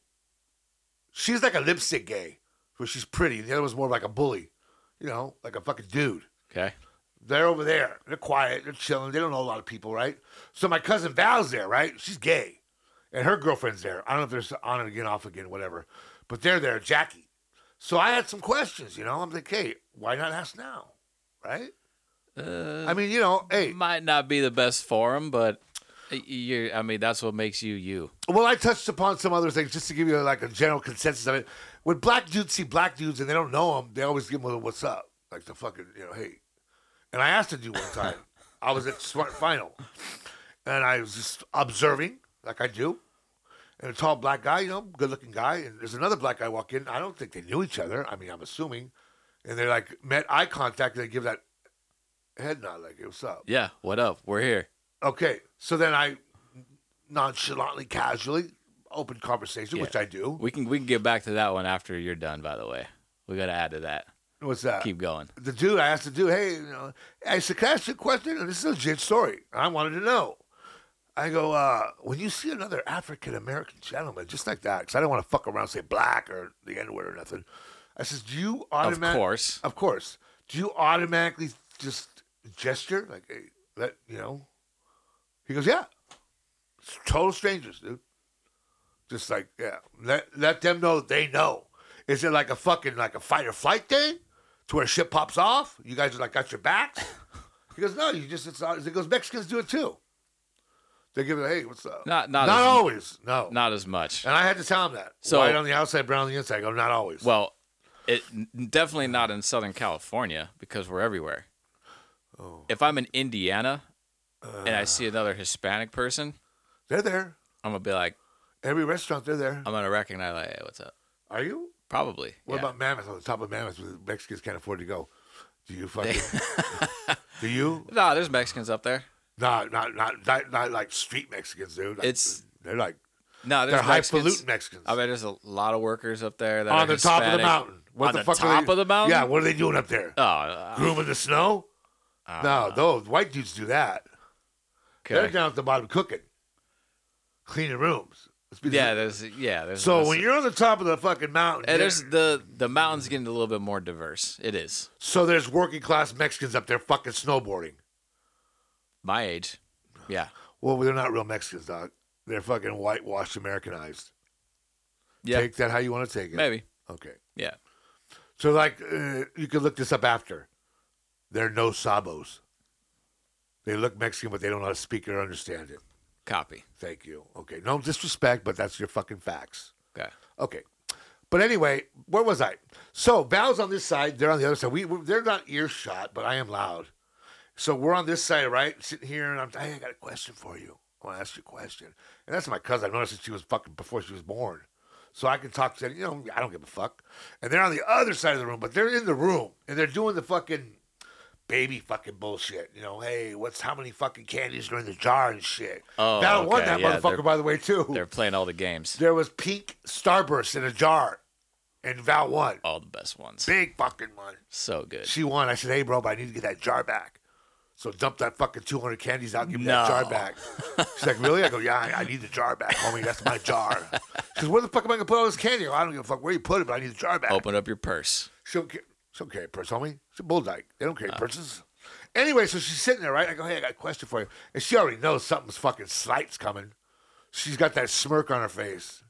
Speaker 5: she's like a lipstick gay, where she's pretty, and the other was more like a bully, you know, like a fucking dude.
Speaker 4: Okay.
Speaker 5: They're over there. They're quiet. They're chilling. They don't know a lot of people, right? So my cousin Val's there, right? She's gay, and her girlfriend's there. I don't know if they're on and again, off again, whatever. But they're there, Jackie. So I had some questions, you know. I'm like, hey, why not ask now, right?
Speaker 4: Uh,
Speaker 5: I mean, you know, hey.
Speaker 4: might not be the best forum, but you're. I mean, that's what makes you you.
Speaker 5: Well, I touched upon some other things just to give you like a general consensus of it. When black dudes see black dudes and they don't know them, they always give them a "What's up?" like the fucking you know, hey. And I asked a dude one time. I was at Smart Final, and I was just observing like I do. And a tall black guy, you know, good-looking guy. And there's another black guy walk in. I don't think they knew each other. I mean, I'm assuming. And they like met eye contact. and They give that head nod, like, "Hey, "What's up?"
Speaker 4: Yeah. What up? We're here.
Speaker 5: Okay, so then I nonchalantly, casually, open conversation,
Speaker 4: Yeah.
Speaker 5: which I do.
Speaker 4: We can we can get back to that one after you're done. By the way, we got to add to that.
Speaker 5: What's that?
Speaker 4: Keep going.
Speaker 5: uh, The dude I asked the dude, hey, you know, I said, can I ask you a question? And this is a legit story. I wanted to know. I go, uh, when you see another African American gentleman, just like that, because I don't want to fuck around and say black or the N word or nothing. I says, do you
Speaker 4: Of
Speaker 5: automatically,
Speaker 4: course.
Speaker 5: of course, do you automatically just gesture like, hey, let you know? He goes, yeah. It's total strangers, dude. Just like, yeah, let let them know they know. Is it like a fucking like a fight or flight thing, to where shit pops off? You guys are like got your backs. He goes, no, you just it's not. He goes, Mexicans do it too. They give it, hey, what's up?
Speaker 4: Not- not as-
Speaker 5: always, no.
Speaker 4: Not as much.
Speaker 5: and I had to tell him that.
Speaker 4: So-
Speaker 5: white on the outside, brown on the inside. I go, not always.
Speaker 4: Well, it n- definitely not in Southern California because we're everywhere.
Speaker 5: Oh. Ah.
Speaker 4: If I'm in Indiana and I see another Hispanic person,
Speaker 5: Uh, they're there.
Speaker 4: I'm gonna be like,
Speaker 5: Every restaurant, they're there.
Speaker 4: I'm gonna recognize like, hey, what's up?
Speaker 5: Are you?
Speaker 4: Probably.
Speaker 5: What
Speaker 4: yeah.
Speaker 5: about Mammoth on the top of Mammoth? Where the Mexicans can't afford to go. Do you fucking? do you?
Speaker 4: No, there's Mexicans up there.
Speaker 5: No, not not not, not like street Mexicans, dude. Like,
Speaker 4: It's-
Speaker 5: they're like
Speaker 4: No,
Speaker 5: they're
Speaker 4: there's Mexicans.
Speaker 5: highfalutin Mexicans.
Speaker 4: I mean, there's a lot of workers up there that
Speaker 5: on
Speaker 4: are
Speaker 5: the top of the
Speaker 4: Hispanic.
Speaker 5: mountain. What
Speaker 4: On
Speaker 5: the,
Speaker 4: the
Speaker 5: fuck are
Speaker 4: top
Speaker 5: they-
Speaker 4: of the mountain?
Speaker 5: Yeah, what are they doing up there?
Speaker 4: Oh, uh,
Speaker 5: Grooming the snow? no, those white dudes do that. They're
Speaker 4: okay.
Speaker 5: down at the bottom cooking, cleaning rooms. It's because-
Speaker 4: Yeah, there's yeah, there's.
Speaker 5: So
Speaker 4: there's-
Speaker 5: when you're on the top of the fucking mountain,
Speaker 4: and there's
Speaker 5: you're-
Speaker 4: the the mountains getting a little bit more diverse. It is
Speaker 5: so there's working class Mexicans up there fucking snowboarding.
Speaker 4: my age. Yeah,
Speaker 5: Well, they're not real Mexicans, dog. They're fucking whitewashed, Americanized.
Speaker 4: yeah,
Speaker 5: Take that how you want to take it.
Speaker 4: maybe.
Speaker 5: Okay.
Speaker 4: Yeah.
Speaker 5: So like, uh, you can look this up after. They're no sabos. They look Mexican, but they don't know how to speak it or understand it.
Speaker 4: Copy.
Speaker 5: Thank you. Okay. No disrespect, but that's your fucking facts.
Speaker 4: Okay.
Speaker 5: Okay. But anyway, where was I? So Val's on this side, they're on the other side. We we're, they're not earshot, but I am loud. So we're on this side, right? Sitting here, and I'm hey, I got a question for you. I want to ask you a question, and that's my cousin. I've known her since she was fucking before she was born, so I can talk to them. You know, I don't give a fuck. And they're on the other side of the room, but they're in the room and they're doing the fucking baby fucking bullshit. You know, hey, what's how many fucking candies are in the jar and shit.
Speaker 4: Oh,
Speaker 5: Val won
Speaker 4: okay,
Speaker 5: that
Speaker 4: yeah, they're-
Speaker 5: motherfucker, by the way, too.
Speaker 4: They're playing all the games.
Speaker 5: There was pink Starburst in a jar, and Val won.
Speaker 4: All the best ones.
Speaker 5: Big fucking one.
Speaker 4: So good.
Speaker 5: She won. I said, "Hey, bro, but I need to get that jar back." So dump that fucking two hundred candies out, and give me
Speaker 4: No.
Speaker 5: that jar back. She's like, "Really?" I go, "Yeah, I, I need the jar back, homie. That's my jar." She goes, "Where the fuck am I gonna put all this candy?" I go, I don't give a fuck where you put it, but I need the jar back.
Speaker 4: Open up your purse.
Speaker 5: She don't care. She don't care, person, homie. It's a bull dyke. They don't care, persons. Anyway, so she's sitting there, right? I go, hey, I got a question for you. And she already knows something's fucking slight's coming. She's got that smirk on her face.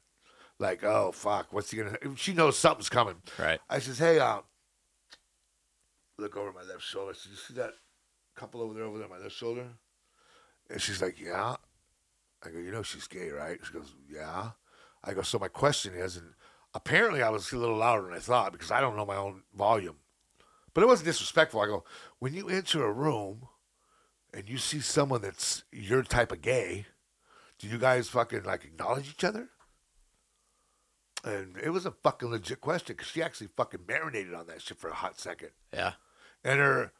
Speaker 5: Like, oh, fuck, what's he going to... She knows something's coming.
Speaker 4: Right.
Speaker 5: I says, hey, uh, look over my left shoulder. I said, you see that couple over there, over there, my left shoulder? And she's like, yeah. I go, you know she's gay, right? She goes, yeah. I go, so my question is, and apparently I was a little louder than I thought because I don't know my own volume. But it wasn't disrespectful. I go, when you enter a room and you see someone that's your type of gay, do you guys fucking like acknowledge each other? And it was a fucking legit question because she actually fucking marinated on that shit for a hot second
Speaker 4: Yeah.
Speaker 5: and her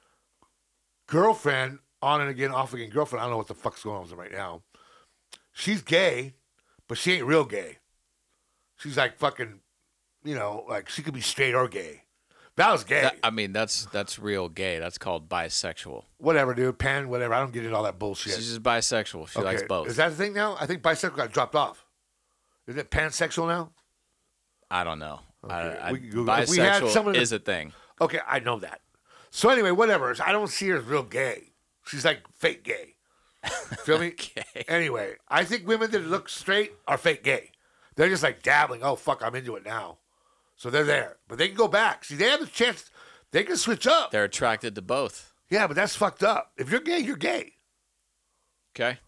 Speaker 5: girlfriend, on and again, off again girlfriend, I don't know what the fuck's going on with them right now. She's gay, but she ain't real gay. She's like fucking, you know, like she could be straight or gay. Val's gay.
Speaker 4: That- I mean, that's that's real gay. That's called bisexual.
Speaker 5: whatever, dude. Pan, whatever. I don't get into all that bullshit.
Speaker 4: She's just bisexual. She likes both.
Speaker 5: Is that the thing now? I think bisexual got dropped off. Is it pansexual now?
Speaker 4: I don't know.
Speaker 5: Okay,
Speaker 4: I, I,
Speaker 5: we can Google it.
Speaker 4: bisexual
Speaker 5: If we had someone-
Speaker 4: is a thing.
Speaker 5: Okay, I know that. So anyway, whatever. I don't see her as real gay. She's like fake gay. Feel me?
Speaker 4: Okay.
Speaker 5: Anyway, I think women that look straight are fake gay. They're just like dabbling. Oh fuck, I'm into it now. So they're there, but they can go back. See, they have the chance. They can switch up.
Speaker 4: They're attracted to both.
Speaker 5: yeah, but that's fucked up. If you're gay, you're gay.
Speaker 4: Okay.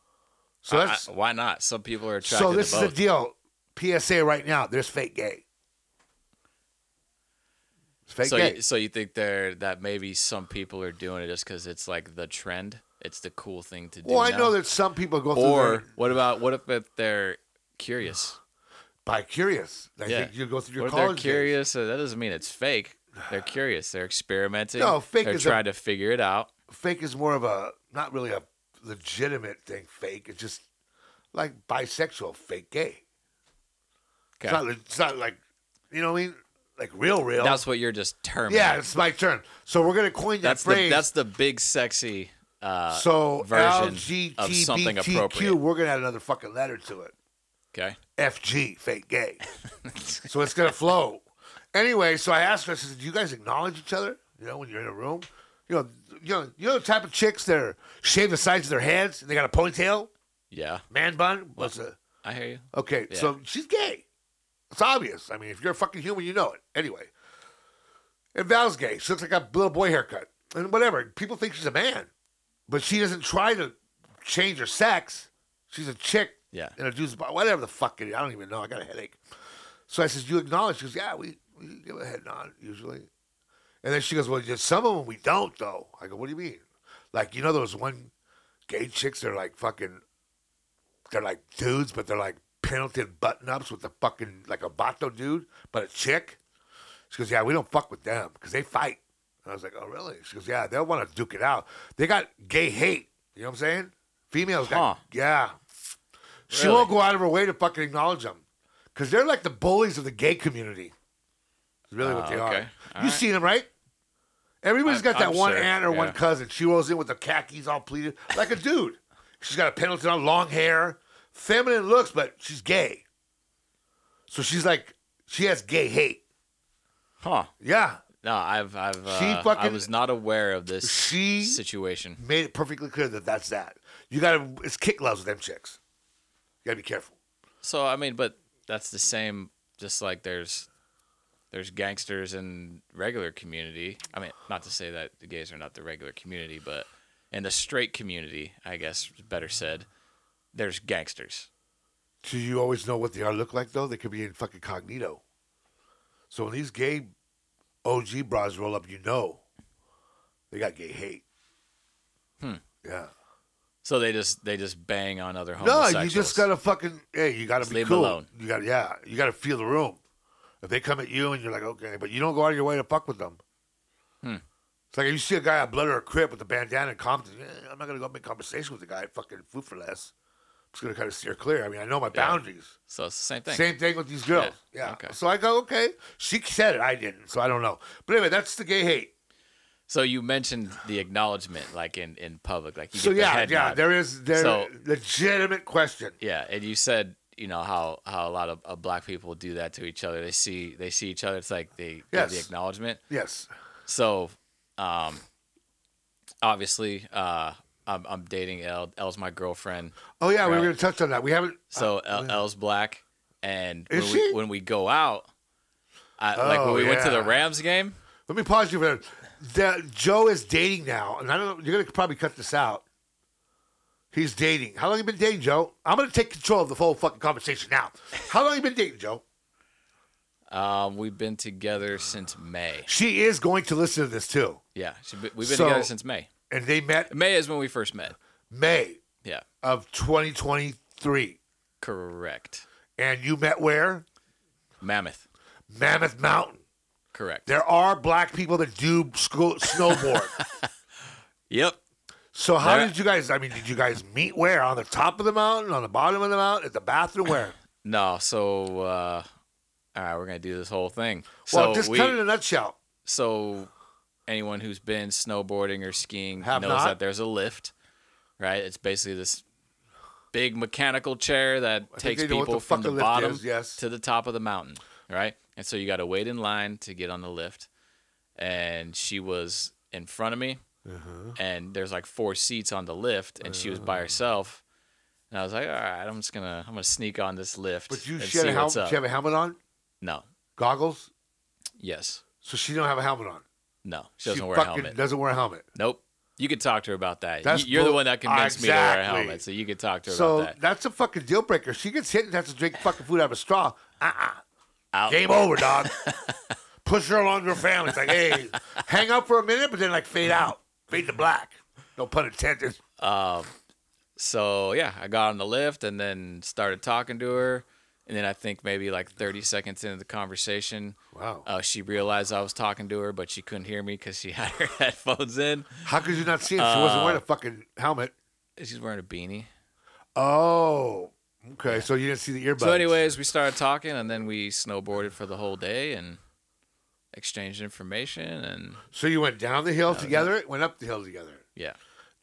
Speaker 5: So
Speaker 4: I-
Speaker 5: that's
Speaker 4: I- why not? Some people are attracted
Speaker 5: so. This
Speaker 4: to
Speaker 5: is
Speaker 4: both.
Speaker 5: the deal. PSA right now. There's fake gay. It's fake
Speaker 4: so,
Speaker 5: gay.
Speaker 4: you, so you think there that maybe some people are doing it just because it's like the trend? It's the cool thing to do.
Speaker 5: well, I
Speaker 4: now?
Speaker 5: know that some people go through
Speaker 4: Or
Speaker 5: their-
Speaker 4: what about what if it- they're curious?
Speaker 5: by curious. I
Speaker 4: Yeah.
Speaker 5: think you go through your
Speaker 4: What if they're
Speaker 5: college. days.
Speaker 4: curious? uh, That doesn't mean it's fake. They're curious. They're experimenting.
Speaker 5: No, fake
Speaker 4: They're
Speaker 5: is a-
Speaker 4: trying to figure it out.
Speaker 5: fake is more of a not really a legitimate thing. Fake, it's just like bisexual, fake gay. It's,
Speaker 4: Okay.
Speaker 5: not, it's not like you know what I mean, like real, real.
Speaker 4: That's what you're just terming.
Speaker 5: yeah, it's my turn. So we're gonna coin that
Speaker 4: that's the
Speaker 5: phrase.
Speaker 4: that's the big sexy. Uh,
Speaker 5: so
Speaker 4: version of something
Speaker 5: LGBTQ.
Speaker 4: appropriate.
Speaker 5: We're gonna add another fucking letter to it.
Speaker 4: okay.
Speaker 5: FG, fake gay. so it's gonna flow. Anyway, so I asked her, I said, Do you guys acknowledge each other? You know, when you're in a room? You know, you know, you know the type of chicks that are shave the sides of their heads and they got a ponytail,
Speaker 4: Yeah,
Speaker 5: man bun? What's a
Speaker 4: I hear you.
Speaker 5: Okay,
Speaker 4: Yeah.
Speaker 5: so she's gay. It's obvious. I mean, if you're a fucking human, you know it. Anyway. And Val's gay. She looks like a little boy haircut. And whatever. People think she's a man. But she doesn't try to change her sex. She's a chick
Speaker 4: Yeah.
Speaker 5: in a dude's body. Whatever the fuck it is. I don't even know. I got a headache. So I says, You acknowledge? She goes, Yeah, we, we give a head nod usually. And then she goes, Well, there's some of them we don't, though. I go, What do you mean? Like, you know, those one gay chicks that are like fucking, they're like dudes, but they're like Pendleton button ups with the fucking, like a Bato dude, but a chick? She goes, Yeah, we don't fuck with them because they fight. And I was like, Oh, really? She goes, Yeah, they'll want to duke it out. They got gay hate. You know what I'm saying? Females got,
Speaker 4: Huh.
Speaker 5: yeah. She
Speaker 4: Really?
Speaker 5: won't go out of her way to fucking acknowledge them because they're like the bullies of the gay community. Is really what
Speaker 4: Ah,
Speaker 5: they
Speaker 4: okay.
Speaker 5: are.
Speaker 4: All
Speaker 5: you
Speaker 4: right.
Speaker 5: seen them, right? Everybody's
Speaker 4: I'm-
Speaker 5: got that
Speaker 4: I'm
Speaker 5: one
Speaker 4: sure,
Speaker 5: aunt or one
Speaker 4: yeah.
Speaker 5: cousin. She rolls in with the khakis all pleated, like a dude. She's got a Pendleton on, long hair, feminine looks, but she's gay. So she's like, she has gay hate.
Speaker 4: Huh?
Speaker 5: Yeah,
Speaker 4: No, I've I've uh, I
Speaker 5: fucking-
Speaker 4: was not aware of this
Speaker 5: She-
Speaker 4: situation.
Speaker 5: made it perfectly clear that that's that. You gotta, it's kick gloves with them chicks. You gotta be careful.
Speaker 4: So I mean, but that's the same. Just like there's there's gangsters in regular community. I mean, not to say that the gays are not the regular community, but in the straight community, I guess better said, there's gangsters.
Speaker 5: Do you always know what they are look like though? They could be in fucking cognito. So when these gay OG bras roll up, you know they got gay hate.
Speaker 4: Hmm.
Speaker 5: Yeah.
Speaker 4: So they just they just bang on other
Speaker 5: No,
Speaker 4: homosexuals.
Speaker 5: you just gotta fucking hey, you gotta
Speaker 4: Just
Speaker 5: be
Speaker 4: leave 'em
Speaker 5: cool.
Speaker 4: alone.
Speaker 5: You gotta yeah, you gotta feel the room. If they come at you and you're like okay, but you don't go out of your way to fuck with them.
Speaker 4: Hmm.
Speaker 5: It's like if you see a guy at Blood or a Crip with a bandana and Compton, eh, I'm not gonna go make conversation with the guy at fucking Food for Less. I'm just gonna kind of steer clear. I mean, I know my boundaries.
Speaker 4: So it's the same thing.
Speaker 5: Same thing with these girls.
Speaker 4: Yeah.
Speaker 5: Yeah.
Speaker 4: Okay.
Speaker 5: So I go, okay. She said it. I didn't. So I don't know. But anyway, that's the gay hate.
Speaker 4: So you mentioned the acknowledgement, like in in public, like you
Speaker 5: so
Speaker 4: get the
Speaker 5: yeah,
Speaker 4: head
Speaker 5: yeah.
Speaker 4: nod.
Speaker 5: There is there
Speaker 4: So-
Speaker 5: legitimate question.
Speaker 4: Yeah, and you said you know how how a lot of, of black people do that to each other. They see they see each other. It's like they give the
Speaker 5: Yes.
Speaker 4: acknowledgement.
Speaker 5: Yes.
Speaker 4: So, um, obviously, uh, I'm, I'm dating L. L's my girlfriend.
Speaker 5: Oh yeah, we
Speaker 4: Right.
Speaker 5: were gonna touch on that. We haven't.
Speaker 4: So
Speaker 5: oh,
Speaker 4: L,
Speaker 5: yeah.
Speaker 4: L's black, and when
Speaker 5: Is
Speaker 4: we,
Speaker 5: she?
Speaker 4: when we go out, I, like when
Speaker 5: Oh,
Speaker 4: we went to the
Speaker 5: yeah.
Speaker 4: Rams game.
Speaker 5: Let me pause you for that. The, Joe is dating now, and I don't. know. You're gonna probably cut this out. He's dating. How long you been dating, Joe? I'm gonna take control of the whole fucking conversation now. How long you been dating, Joe?
Speaker 4: Um, we've been together since May.
Speaker 5: She is going to listen to this too,
Speaker 4: Yeah, she- we've been
Speaker 5: So-
Speaker 4: together since May.
Speaker 5: and they met
Speaker 4: May is when we first met.
Speaker 5: May
Speaker 4: Yeah,
Speaker 5: of 2023.
Speaker 4: correct.
Speaker 5: And you met where?
Speaker 4: Mammoth,
Speaker 5: Mammoth Mountain.
Speaker 4: correct.
Speaker 5: There are black people that do sco- snowboard.
Speaker 4: Yep.
Speaker 5: so how
Speaker 4: There-
Speaker 5: did you guys? I mean, did you guys meet where? On the top of the mountain? On the bottom of the mountain? At the bathroom? Where?
Speaker 4: No, so uh, all right, we're gonna do this whole thing.
Speaker 5: well,
Speaker 4: so
Speaker 5: just
Speaker 4: we,
Speaker 5: cut it in a nutshell.
Speaker 4: so anyone who's been snowboarding or skiing
Speaker 5: Have
Speaker 4: knows
Speaker 5: not.
Speaker 4: that there's a lift, right? It's basically this big mechanical chair that
Speaker 5: I think
Speaker 4: takes
Speaker 5: they know what
Speaker 4: people
Speaker 5: the
Speaker 4: from
Speaker 5: fuck
Speaker 4: the
Speaker 5: a lift
Speaker 4: bottom
Speaker 5: is, yes.
Speaker 4: to the top of the mountain, right? And so you got to wait in line to get on the lift. And she was in front of me,
Speaker 5: Uh-huh.
Speaker 4: and there's like four seats on the lift, and she was
Speaker 5: Uh.
Speaker 4: by herself. And I was like, all right, I'm just gonna I'm gonna sneak on this lift
Speaker 5: But you,
Speaker 4: and
Speaker 5: she had
Speaker 4: see
Speaker 5: a hel-
Speaker 4: what's
Speaker 5: she
Speaker 4: up.
Speaker 5: have a helmet on,
Speaker 4: no,
Speaker 5: goggles,
Speaker 4: yes,
Speaker 5: so she don't have a helmet on.
Speaker 4: no, she doesn't
Speaker 5: she
Speaker 4: wear a
Speaker 5: fucking
Speaker 4: helmet.
Speaker 5: Doesn't wear a helmet.
Speaker 4: Nope. You could talk to her about that.
Speaker 5: That's
Speaker 4: You- You're the
Speaker 5: bull-
Speaker 4: one that convinced me to wear a
Speaker 5: Exactly.
Speaker 4: helmet, so you could talk to her
Speaker 5: So
Speaker 4: about that.
Speaker 5: that's a fucking deal breaker. She gets hit and has to drink fucking food out of a straw. Uh-uh.
Speaker 4: Uh-uh. Out.
Speaker 5: Game over, dog. Push her along to her family. It's like, hey, hang out for a minute, but then like fade out, fade to black. No pun intended.
Speaker 4: So yeah, I got on the lift and then started talking to her, and then I think maybe like 30 seconds into the conversation,
Speaker 5: Wow.
Speaker 4: uh, she realized I was talking to her, but she couldn't hear me because she had her headphones in.
Speaker 5: How could you not see it? She wasn't
Speaker 4: Uh,
Speaker 5: wearing a fucking helmet.
Speaker 4: She's wearing a beanie.
Speaker 5: Oh, okay. So you didn't see the earbuds.
Speaker 4: So anyways, we started talking, and then we snowboarded for the whole day and exchanged information, and
Speaker 5: so you went down the hill together. Went up the hill together.
Speaker 4: yeah.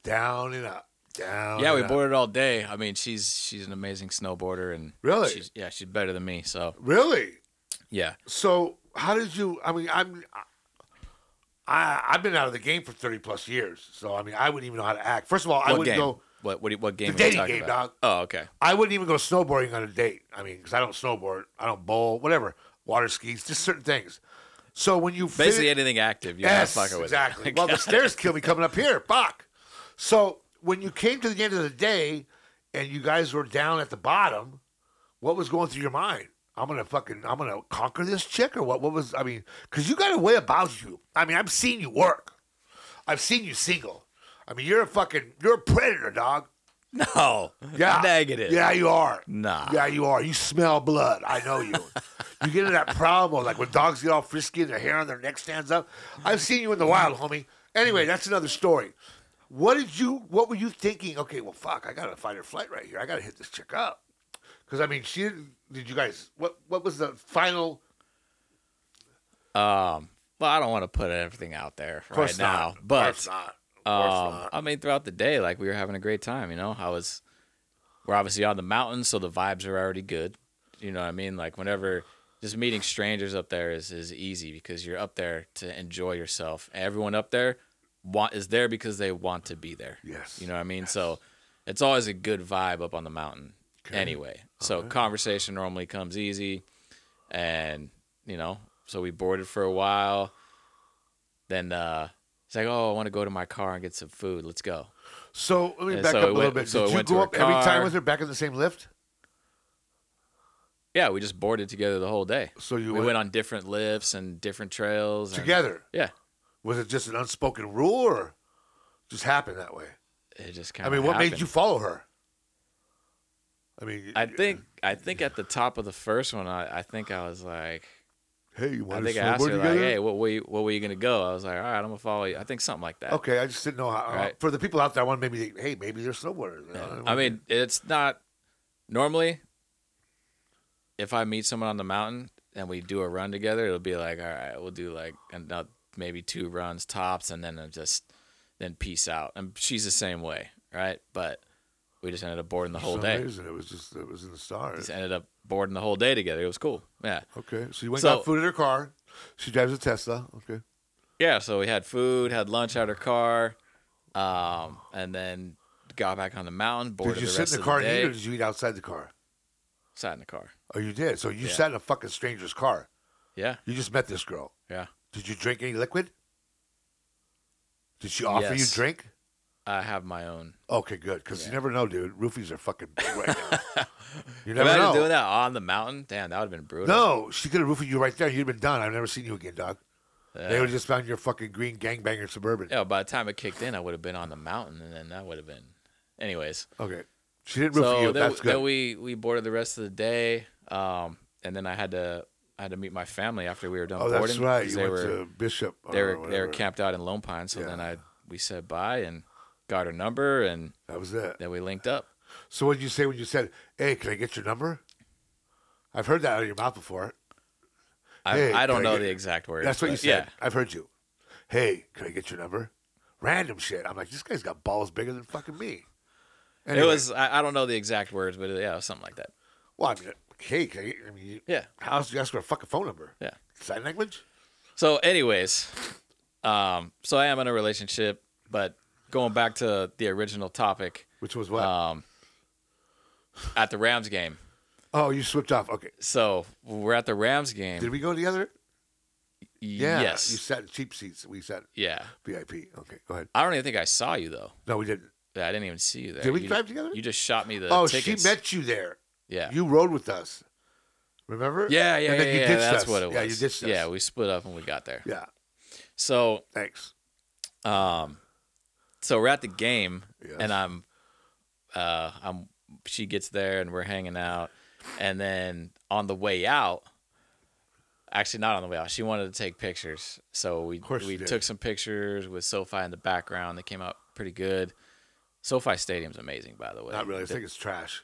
Speaker 5: Down and up. Down.
Speaker 4: Yeah,
Speaker 5: and
Speaker 4: we
Speaker 5: up.
Speaker 4: boarded all day. I mean, she's she's an amazing snowboarder and
Speaker 5: Really?
Speaker 4: she's, yeah, she's better than me. So
Speaker 5: Really?
Speaker 4: yeah,
Speaker 5: So how did you? I mean, I'm. I I've been out of the game for thirty plus years, so I mean, I wouldn't even know how to act. First of all, I
Speaker 4: what
Speaker 5: wouldn't
Speaker 4: game?
Speaker 5: go.
Speaker 4: What what, do you- what game?
Speaker 5: The
Speaker 4: are you
Speaker 5: dating
Speaker 4: talking
Speaker 5: game,
Speaker 4: about? Oh, okay.
Speaker 5: I wouldn't even go snowboarding on a date. I mean, because I don't snowboard, I don't bowl, whatever, water skis, just certain things. So when you fit-
Speaker 4: Basically, anything active, you're
Speaker 5: yes,
Speaker 4: not fucking with. it.
Speaker 5: exactly. Well, the stairs kill me coming up here. Fuck. So when you came to the end of the day, and you guys were down at the bottom, what was going through your mind? I'm gonna fucking, I'm gonna conquer this chick, or what? What was? I mean, because you got a way about you. I mean, I've seen you work. I've seen you single. I mean, you're a fucking, you're a predator, dog.
Speaker 4: No,
Speaker 5: Yeah.
Speaker 4: negative.
Speaker 5: Yeah, you are.
Speaker 4: Nah.
Speaker 5: Yeah, you are. You smell blood. I know you. you get in that problem, like when dogs get all frisky and their hair on their neck stands up. I've seen you in the wild, homie. Anyway, that's another story. What did you? What were you thinking? Okay, well, fuck. I gotta fight or flight right here. I gotta hit this chick up. Because I mean, she didn't. Did you guys? What? What was the final?
Speaker 4: Um. Well, I don't want to put everything out there
Speaker 5: Of
Speaker 4: right
Speaker 5: course
Speaker 4: now,
Speaker 5: not. Of
Speaker 4: but
Speaker 5: course not. Of course
Speaker 4: um,
Speaker 5: not.
Speaker 4: I mean, throughout the day, like we were having a great time. You know, I was. We're obviously on the mountains, so the vibes are already good. You know what I mean? Like whenever just meeting strangers up there is is easy because you're up there to enjoy yourself. Everyone up there want is there because they want to be there.
Speaker 5: Yes.
Speaker 4: You know what I mean? So it's always a good vibe up on the mountain. Anyway, so conversation normally comes easy, and you know, so we boarded for a while. Then uh, He's like, oh, I want to go to my car and get some food. Let's go.
Speaker 5: So let me
Speaker 4: And
Speaker 5: back
Speaker 4: so
Speaker 5: up a
Speaker 4: it
Speaker 5: little
Speaker 4: went-
Speaker 5: bit.
Speaker 4: so it
Speaker 5: Did you
Speaker 4: went to
Speaker 5: go
Speaker 4: her
Speaker 5: up every time
Speaker 4: car.
Speaker 5: with her back in the same lift?
Speaker 4: Yeah, we just boarded together the whole day.
Speaker 5: So you
Speaker 4: we
Speaker 5: went-
Speaker 4: went, on different lifts and different trails. and-
Speaker 5: Together?
Speaker 4: yeah.
Speaker 5: Was it just an unspoken rule or just happened that way?
Speaker 4: It just
Speaker 5: I
Speaker 4: kind of.
Speaker 5: mean, what made you follow her? I mean,
Speaker 4: I think I think at the top of the first one, I, I think I was like,
Speaker 5: Hey, you
Speaker 4: I
Speaker 5: want to
Speaker 4: think I asked
Speaker 5: snowboard
Speaker 4: her
Speaker 5: together?
Speaker 4: like, hey, what were you, what were you gonna go? I was like, all right, I'm gonna follow you. I think something like that.
Speaker 5: Okay, I just didn't know how.
Speaker 4: uh, Right.
Speaker 5: For the people out there, I want maybe think, hey, maybe they're snowboarders. You know?
Speaker 4: I mean, it's not normally. If I meet someone on the mountain and we do a run together, it'll be like, all right, we'll do like another maybe two runs tops, and then I'm just then peace out. And she's the same way, right? But we just ended up boarding the
Speaker 5: For
Speaker 4: whole
Speaker 5: some
Speaker 4: day.
Speaker 5: reason, it was just it was in the stars.
Speaker 4: Just ended up boarding the whole day together. It was cool. Yeah.
Speaker 5: Okay, so you went
Speaker 4: So-
Speaker 5: and got food in her car. She drives a Tesla. Okay,
Speaker 4: Yeah, so we had food, had lunch at her car, um, and then got back on the mountain. Boarded
Speaker 5: did you
Speaker 4: the
Speaker 5: sit
Speaker 4: rest
Speaker 5: in the
Speaker 4: of
Speaker 5: car
Speaker 4: the
Speaker 5: and
Speaker 4: day,
Speaker 5: eat, or did you eat outside the car?
Speaker 4: Sat in the car.
Speaker 5: Oh, you did. So you
Speaker 4: Yeah.
Speaker 5: sat in a fucking stranger's car.
Speaker 4: Yeah,
Speaker 5: You just met this girl.
Speaker 4: yeah.
Speaker 5: Did you drink any liquid? Did she offer you
Speaker 4: Yes.
Speaker 5: drink?
Speaker 4: I have my own.
Speaker 5: Okay, good. Because you never know, dude. Roofies are fucking big right now. you never
Speaker 4: Imagine
Speaker 5: know.
Speaker 4: doing that on the mountain. Damn, that would have been brutal.
Speaker 5: No, she could have roofied you right there. You'd have been done. I've never seen you again, dog. They
Speaker 4: Yeah.
Speaker 5: would have just found your fucking green gangbanger suburban.
Speaker 4: yeah, by the time it kicked in, I would have been on the mountain, and then that would have been. Anyways,
Speaker 5: Okay. She didn't root for
Speaker 4: so
Speaker 5: you.
Speaker 4: then,
Speaker 5: That's good.
Speaker 4: then we we boarded the rest of the day, um, and then I had to I had to meet my family after we were done
Speaker 5: oh,
Speaker 4: boarding.
Speaker 5: that's right.
Speaker 4: 'cause
Speaker 5: You
Speaker 4: They
Speaker 5: went
Speaker 4: were
Speaker 5: to Bishop. Or
Speaker 4: they were they were
Speaker 5: whatever.
Speaker 4: camped out in Lone Pine, so then
Speaker 5: Yeah.
Speaker 4: I we said bye and got her number, and
Speaker 5: That was it.
Speaker 4: then we linked up.
Speaker 5: So what did you say when you said, hey, can I get your number? I've heard that out of your mouth before.
Speaker 4: I,
Speaker 5: Hey,
Speaker 4: I
Speaker 5: can
Speaker 4: don't
Speaker 5: I
Speaker 4: know
Speaker 5: get-
Speaker 4: the exact words.
Speaker 5: That's what you
Speaker 4: but
Speaker 5: said. I've heard you. Hey, can I get your number? Random shit. I'm like, this guy's got balls bigger than fucking me.
Speaker 4: Yeah,
Speaker 5: Anyway,
Speaker 4: it was. I, I don't know the exact words, but it- yeah, it was something like that.
Speaker 5: Well, I mean, hey, can I, get, I mean, you-
Speaker 4: Yeah,
Speaker 5: how else do you ask for a fucking phone number?
Speaker 4: yeah.
Speaker 5: Sign language?
Speaker 4: So, anyways, um, so I am in a relationship, but going back to the original topic,
Speaker 5: Which was what?
Speaker 4: um, at the Rams game.
Speaker 5: oh, you slipped off. Okay.
Speaker 4: So we're at the Rams game.
Speaker 5: Did we go together? Yeah. You
Speaker 4: Yes.
Speaker 5: sat in cheap seats. We sat
Speaker 4: Yeah.
Speaker 5: VIP. Okay, go ahead.
Speaker 4: I don't even think I saw you though.
Speaker 5: No, we didn't.
Speaker 4: Yeah, I didn't even see you there.
Speaker 5: Did we
Speaker 4: You-
Speaker 5: drive together?
Speaker 4: You just shot me the
Speaker 5: oh,
Speaker 4: tickets.
Speaker 5: she met you there.
Speaker 4: Yeah.
Speaker 5: You rode with us. Remember?
Speaker 4: yeah, yeah,
Speaker 5: And
Speaker 4: yeah,
Speaker 5: then you
Speaker 4: yeah,
Speaker 5: ditched
Speaker 4: That's
Speaker 5: us.
Speaker 4: what it was.
Speaker 5: Yeah, you ditched us.
Speaker 4: Yeah, we split up when we got there.
Speaker 5: Yeah.
Speaker 4: So,
Speaker 5: Thanks.
Speaker 4: um, so we're at the game,
Speaker 5: Yes.
Speaker 4: and I'm, uh, I'm. She gets there, and we're hanging out, and then on the way out, actually not on the way out, she wanted to take pictures, so we
Speaker 5: course
Speaker 4: we
Speaker 5: she did.
Speaker 4: took some pictures with SoFi in the background. They came out pretty good. SoFi Stadium's amazing, by the way.
Speaker 5: Not really. I think it's trash.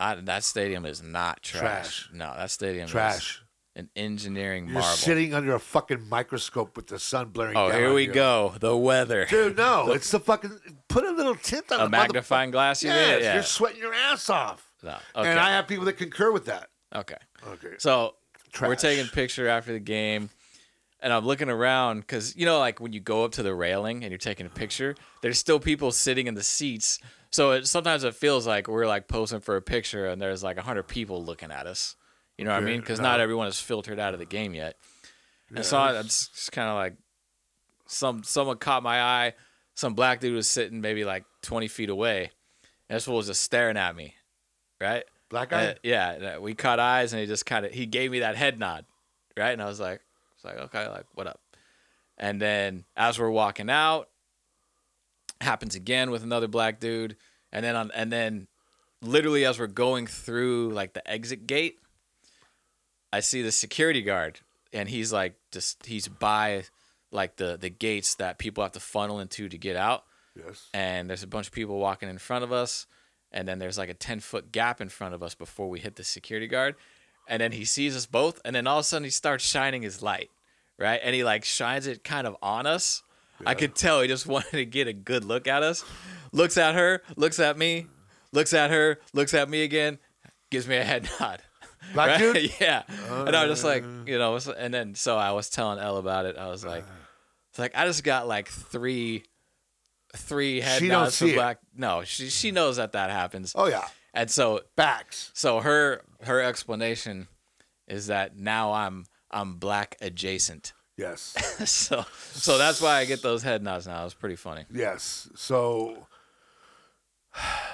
Speaker 4: I- that stadium is not trash.
Speaker 5: Trash.
Speaker 4: No, that stadium is
Speaker 5: Trash.
Speaker 4: an engineering
Speaker 5: You're
Speaker 4: marvel.
Speaker 5: sitting under a fucking microscope with the sun blaring.
Speaker 4: oh,
Speaker 5: down
Speaker 4: here
Speaker 5: on
Speaker 4: we
Speaker 5: you.
Speaker 4: go. The weather.
Speaker 5: Dude, no, it's the fucking. Put a little tint on
Speaker 4: A
Speaker 5: the
Speaker 4: magnifying glass.
Speaker 5: motherfucker.
Speaker 4: You
Speaker 5: Yes,
Speaker 4: mean? Yeah.
Speaker 5: you're sweating your ass off.
Speaker 4: No, okay.
Speaker 5: And I have people that concur with that.
Speaker 4: Okay.
Speaker 5: Okay.
Speaker 4: So we're
Speaker 5: Trash.
Speaker 4: taking picture after the game, and I'm looking around because you know, like when you go up to the railing and you're taking a picture, there's still people sitting in the seats. So it, sometimes it feels like we're like posing for a picture, and there's like hundred people looking at us. You know what I
Speaker 5: Yeah,
Speaker 4: mean? Because
Speaker 5: no.
Speaker 4: not everyone is filtered out of the game yet. And so I, I'm just, kind of like, some someone caught my eye. Some black dude was sitting maybe like 20 feet away, and this fool was just staring at me, right?
Speaker 5: Black guy?
Speaker 4: Uh, yeah, and, uh, we caught eyes, and he just kind of he gave me that head nod, right? And I was like, it's like okay, like what up? And then as we're walking out, happens again with another black dude, and then on and then literally as we're going through like the exit gate, I see the security guard, and he's like just he's by like the the gates that people have to funnel into to get out
Speaker 5: yes.
Speaker 4: and there's a bunch of people walking in front of us and then there's like a 10 foot gap in front of us before we hit the security guard and then he sees us both and then all of a sudden he starts shining his light right and he like shines it kind of on us i could tell he just wanted to get a good look at us looks at her looks at me looks at her looks at me again gives me a head nod
Speaker 5: Black
Speaker 4: Right?
Speaker 5: dude? Uh.
Speaker 4: yeah. and I was just like, you know, it's- and then so I was telling Elle about it. I was like, it's like I just got like three, three head
Speaker 5: She don't
Speaker 4: nods from
Speaker 5: see it. Mm.
Speaker 4: black. No, she she knows that that happens.
Speaker 5: Oh, yeah.
Speaker 4: And so
Speaker 5: Backs.
Speaker 4: so her her explanation is that now I'm I'm black adjacent.
Speaker 5: Yes.
Speaker 4: so so that's why I get those head nods now. It's pretty funny.
Speaker 5: yes. So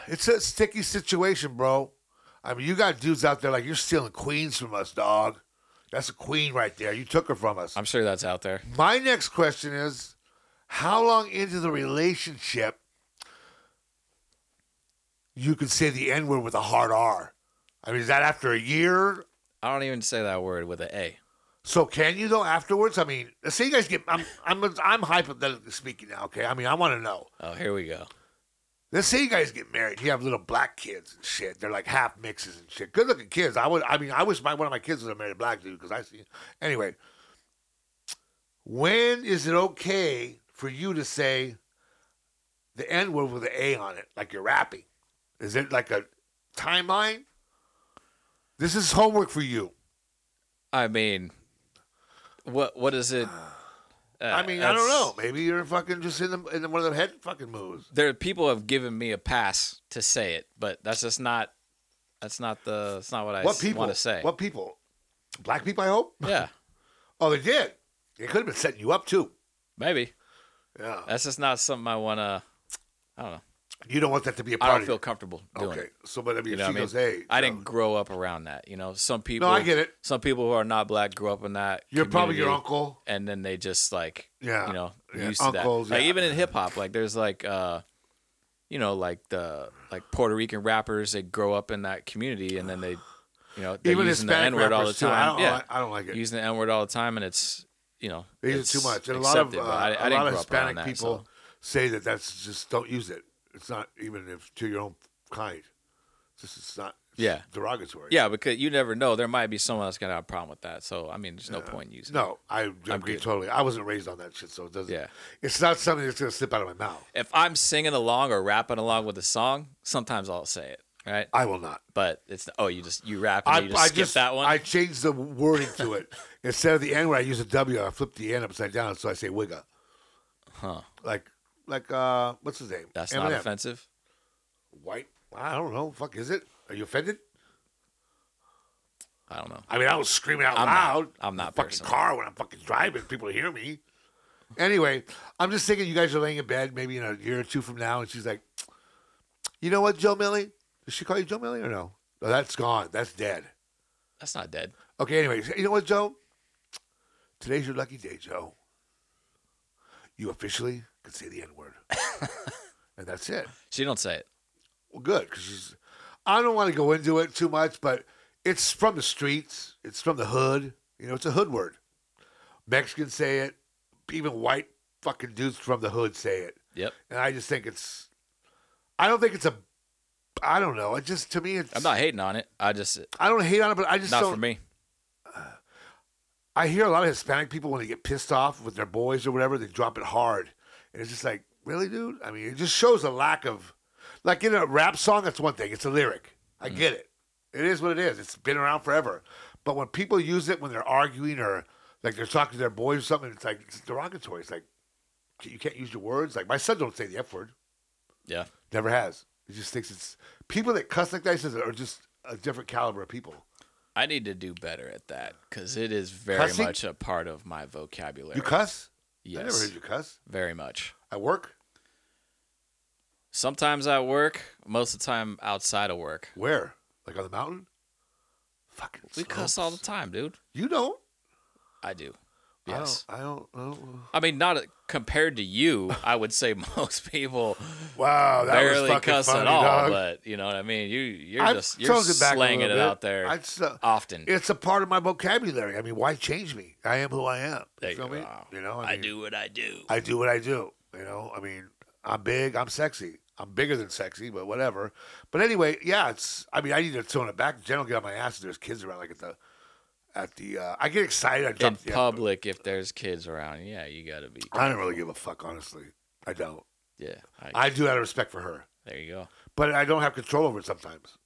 Speaker 5: it's a sticky situation, bro. I mean, you got dudes out there like you're stealing queens from us, dog. That's a queen right there. You took her from us.
Speaker 4: I'm sure that's out there.
Speaker 5: My next question is how long into the relationship you could say the N word with a hard R? I mean, is that after a year?
Speaker 4: I don't even say that word with a A.
Speaker 5: So can you though afterwards? I mean, let's say you guys get. I'm I'm I'm hypothetically speaking now. Okay, I mean I want to know.
Speaker 4: Oh, here we go.
Speaker 5: Let's say you guys get married. You have little black kids and shit. They're like half mixes and shit. Good looking kids. I would. I mean, I wish my one of my kids was a married black dude because I see. Anyway, when is it okay for you to say the N word with an A on it, like you're rapping? Is it like a timeline? This is homework for you.
Speaker 4: I mean, what what is it? Uh,
Speaker 5: I mean, I don't
Speaker 4: that's-
Speaker 5: know. Maybe you're fucking just in the in one of the head fucking moves.
Speaker 4: There people have given me a pass to say it, but that's just not. That's not the. That's not what I
Speaker 5: what people
Speaker 4: want to say.
Speaker 5: What people? Black people, I hope.
Speaker 4: Yeah,
Speaker 5: Oh, they did. They could have been setting you up too.
Speaker 4: maybe
Speaker 5: Yeah.
Speaker 4: that's just not something I want to. I don't know.
Speaker 5: You don't want that to be a
Speaker 4: I
Speaker 5: part
Speaker 4: don't
Speaker 5: of
Speaker 4: feel
Speaker 5: your-
Speaker 4: comfortable doing
Speaker 5: okay.
Speaker 4: it.
Speaker 5: So, but I mean,
Speaker 4: You
Speaker 5: if
Speaker 4: know
Speaker 5: she
Speaker 4: what I mean?
Speaker 5: goes, "Hey,
Speaker 4: I
Speaker 5: you know,
Speaker 4: didn't grow up around that. You know, some people.
Speaker 5: I get it.
Speaker 4: Some people who are not black grew up in that.
Speaker 5: You're probably your
Speaker 4: community.
Speaker 5: uncle.
Speaker 4: and then they just like
Speaker 5: Yeah.
Speaker 4: you know
Speaker 5: Yeah,
Speaker 4: used
Speaker 5: uncles,
Speaker 4: to that. Like
Speaker 5: yeah.
Speaker 4: even in hip hop, like there's like uh you know like the like Puerto Rican rappers they grow up in that community and then they you know they're
Speaker 5: Even
Speaker 4: using
Speaker 5: Hispanic
Speaker 4: the N word all the
Speaker 5: rappers, too. I
Speaker 4: time.
Speaker 5: don't
Speaker 4: yeah,
Speaker 5: like- I don't like it.
Speaker 4: using the N word all the time and it's you know
Speaker 5: They use
Speaker 4: it's
Speaker 5: it too much." And a lot of uh,
Speaker 4: accepted, but I- I
Speaker 5: a
Speaker 4: didn't
Speaker 5: lot of
Speaker 4: grow up around
Speaker 5: Hispanic
Speaker 4: that,
Speaker 5: people
Speaker 4: so.
Speaker 5: say that that's just don't use it. It's not even if to your own kind. It's just it's not. it's
Speaker 4: Yeah.
Speaker 5: derogatory.
Speaker 4: Yeah, because you never know. There might be someone that's gonna have a problem with that. So I mean, there's no point in using. it.
Speaker 5: No, I agree
Speaker 4: good.
Speaker 5: totally. I wasn't raised on that shit, so it doesn't.
Speaker 4: Yeah.
Speaker 5: It's not something that's gonna slip out of my mouth.
Speaker 4: If I'm singing along or rapping along with a song, sometimes I'll say it, right?
Speaker 5: I will not.
Speaker 4: But it's oh, you just you rap and
Speaker 5: I,
Speaker 4: you just
Speaker 5: I
Speaker 4: skip that one.
Speaker 5: I changed the wording to it. Instead of the N word, I use a W. I flip the N upside down, so I say wigga.
Speaker 4: Huh.
Speaker 5: Like, like, uh, what's his name?
Speaker 4: that's
Speaker 5: Eminem.
Speaker 4: not offensive.
Speaker 5: White. I don't know. Fuck, is it? Are you offended?
Speaker 4: I don't know.
Speaker 5: I mean, I was screaming out
Speaker 4: I'm not-
Speaker 5: loud.
Speaker 4: I'm
Speaker 5: in
Speaker 4: not
Speaker 5: the fucking
Speaker 4: personally.
Speaker 5: car when I'm fucking driving. People hear me. Anyway, I'm just thinking you guys are laying in bed maybe in a year or two from now, and she's like, "You know what, Joe Millie? Does she call you Joe Millie or no? No, that's gone. That's dead."
Speaker 4: That's not dead.
Speaker 5: Okay, anyway, you know what, Joe? Today's your lucky day, Joe. You officially can say the N word. and that's it.
Speaker 4: She don't say it.
Speaker 5: Well, good, because she's. I don't want to go into it too much, but it's from the streets, it's from the hood. You know, it's a hood word. Mexicans say it, even white fucking dudes from the hood say it.
Speaker 4: Yep.
Speaker 5: And I just think it's. I don't think it's a. I don't know. It just, to me, it's.
Speaker 4: I'm not hating on it. I just
Speaker 5: I don't hate on it, but I just
Speaker 4: not
Speaker 5: don't.
Speaker 4: for me.
Speaker 5: I hear a lot of Hispanic people when they get pissed off with their boys or whatever, they drop it hard. And it's just like, really, dude? I mean, it just shows a lack of, like in a rap song, that's one thing. It's a lyric. I get it. It is what it is. It's been around forever. But when people use it when they're arguing or like they're talking to their boys or something, it's like it's derogatory. It's like you can't use your words. Like my son don't say the F word.
Speaker 4: Yeah.
Speaker 5: Never has. He just thinks it's people that cuss like that he says are just a different caliber of people.
Speaker 4: I need to do better at that because it is very
Speaker 5: Cussing?
Speaker 4: much a part of my vocabulary.
Speaker 5: You cuss? I never
Speaker 4: Yes.
Speaker 5: heard you cuss.
Speaker 4: Very much.
Speaker 5: At work?
Speaker 4: Sometimes at work. Most of the time outside of work.
Speaker 5: Where? Like on the mountain? Fucking.
Speaker 4: We cuss
Speaker 5: slopes.
Speaker 4: all the time, dude.
Speaker 5: You don't.
Speaker 4: I do. Yes.
Speaker 5: I don't. I don't. I don't.
Speaker 4: I, mean, not compared to you. I would say most people
Speaker 5: Wow, that was
Speaker 4: barely
Speaker 5: fucking
Speaker 4: cuss
Speaker 5: funny,
Speaker 4: at all.
Speaker 5: dog.
Speaker 4: But you know what I mean. You you're
Speaker 5: I've
Speaker 4: just you're
Speaker 5: toned it back a
Speaker 4: slanging
Speaker 5: little
Speaker 4: it
Speaker 5: bit.
Speaker 4: out there
Speaker 5: I just, uh,
Speaker 4: often.
Speaker 5: it's a part of my vocabulary. I mean, why change me? I am who I am. You
Speaker 4: There you
Speaker 5: feel
Speaker 4: go.
Speaker 5: me? You know, I,
Speaker 4: I
Speaker 5: mean,
Speaker 4: do what I do.
Speaker 5: I do what I do. You know, I mean, I'm big. I'm sexy. I'm bigger than sexy, but whatever. But anyway, yeah, it's. I mean, I need to tone it back. Jen will get on my ass if there's kids around, like at the, at the. Uh, I get excited. I
Speaker 4: in
Speaker 5: jump the-
Speaker 4: public if there's kids around. Yeah, you gotta be.
Speaker 5: I don't really give a fuck, honestly. I don't.
Speaker 4: Yeah, I,
Speaker 5: I do out of respect for her,
Speaker 4: there you go.
Speaker 5: but I don't have control over it sometimes.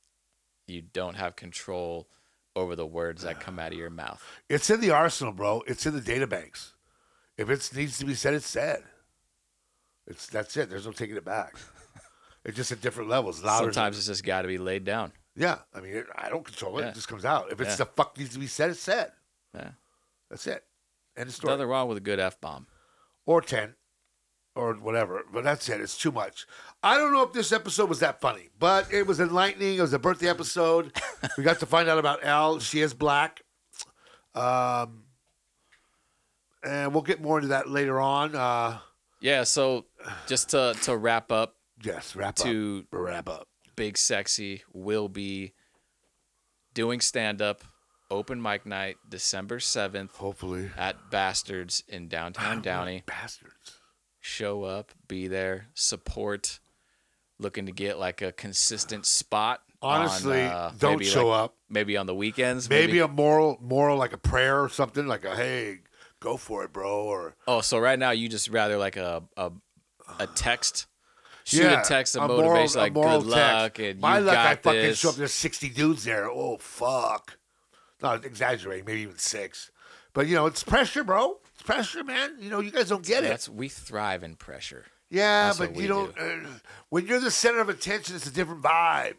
Speaker 4: You don't have control over the words that come out of your mouth.
Speaker 5: It's in the arsenal, bro. It's in the data banks. If it needs to be said, it's said. It's that's it. There's no taking it back. It's just at different levels. Louder. than-
Speaker 4: Sometimes it's just got to be laid down.
Speaker 5: yeah. I mean, it, I don't control it.
Speaker 4: Yeah.
Speaker 5: It just comes out. If it's
Speaker 4: Yeah.
Speaker 5: the fuck needs to be said, it's said.
Speaker 4: Yeah.
Speaker 5: That's it. End of story.
Speaker 4: Nothing wrong with a good f bomb.
Speaker 5: or 10 or whatever. But that's it. It's too much. I don't know if this episode was that funny, but it was enlightening. It was a birthday episode. we got to find out about Al. She is black. Um, and we'll get more into that later on. Uh,
Speaker 4: Yeah. So just to to wrap up
Speaker 5: yes, wrap up.
Speaker 4: to
Speaker 5: Wrap up.
Speaker 4: Big Sexy will be doing stand up open mic night December 7th
Speaker 5: Hopefully.
Speaker 4: at Bastards in downtown Downey.
Speaker 5: Bastards.
Speaker 4: Show up, be there, support, looking to get like a consistent spot. on,
Speaker 5: Honestly,
Speaker 4: uh,
Speaker 5: don't
Speaker 4: maybe
Speaker 5: show
Speaker 4: like-
Speaker 5: up.
Speaker 4: Maybe on the weekends.
Speaker 5: Maybe, a moral, moral like a prayer or something, like a hey, go for it, bro, or
Speaker 4: Oh, so right now you just rather like a a, a text. Shoot
Speaker 5: yeah,
Speaker 4: a text of
Speaker 5: a moral-
Speaker 4: motivation
Speaker 5: a
Speaker 4: like good
Speaker 5: moral
Speaker 4: luck
Speaker 5: text.
Speaker 4: and
Speaker 5: My
Speaker 4: you
Speaker 5: luck,
Speaker 4: got
Speaker 5: I fucking
Speaker 4: this.
Speaker 5: show up. There's 60 dudes there. Oh fuck! Not exaggerating, maybe even six. But you know, it's pressure, bro. It's pressure, man. You know, you guys don't get it.
Speaker 4: That's we thrive in pressure.
Speaker 5: Yeah,
Speaker 4: that's
Speaker 5: but
Speaker 4: what
Speaker 5: you
Speaker 4: we
Speaker 5: don't. uh, when you're the center of attention, it's a different vibe.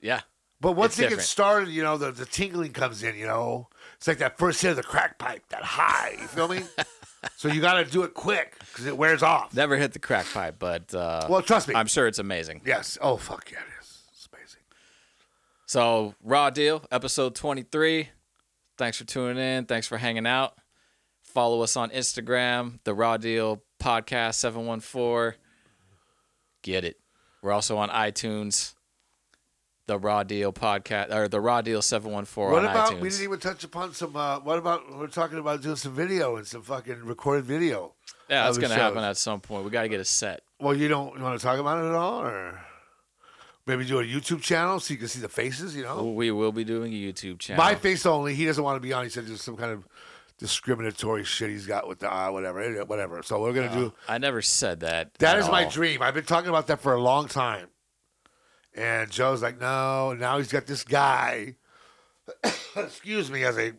Speaker 4: Yeah.
Speaker 5: But once
Speaker 4: It's
Speaker 5: it
Speaker 4: different.
Speaker 5: gets started, you know, the, the tingling comes in, you know. It's like that first hit of the crack pipe, that high. You feel me? so you got to do it quick because it wears off.
Speaker 4: Never hit the crack pipe, but uh,
Speaker 5: well, trust me.
Speaker 4: I'm sure it's amazing.
Speaker 5: yes. Oh, fuck yeah, it is. It's amazing.
Speaker 4: So, Raw Deal, episode 23. Thanks for tuning in. Thanks for hanging out. Follow us on Instagram, The Raw Deal Podcast 714. Get it. We're also on iTunes, The Raw Deal Podcast, or The Raw Deal 714
Speaker 5: What
Speaker 4: on
Speaker 5: about
Speaker 4: iTunes.
Speaker 5: we didn't even touch upon some? Uh, what about we're talking about doing some video and some fucking recorded video?
Speaker 4: yeah, that's
Speaker 5: other
Speaker 4: going to
Speaker 5: shows?
Speaker 4: happen at some point. We got to get a set.
Speaker 5: Well, you don't you want to talk about it at all, or maybe do a YouTube channel so you can see the faces. You know,
Speaker 4: We will be doing a YouTube channel.
Speaker 5: my face only. He doesn't want to be on. He said there's some kind of discriminatory shit he's got with the eye, whatever, whatever. So we're gonna do.
Speaker 4: I never said that.
Speaker 5: That
Speaker 4: at
Speaker 5: is my
Speaker 4: all.
Speaker 5: dream. I've been talking about that for a long time. And Joe's like, no. Now he's got this guy. excuse me, as a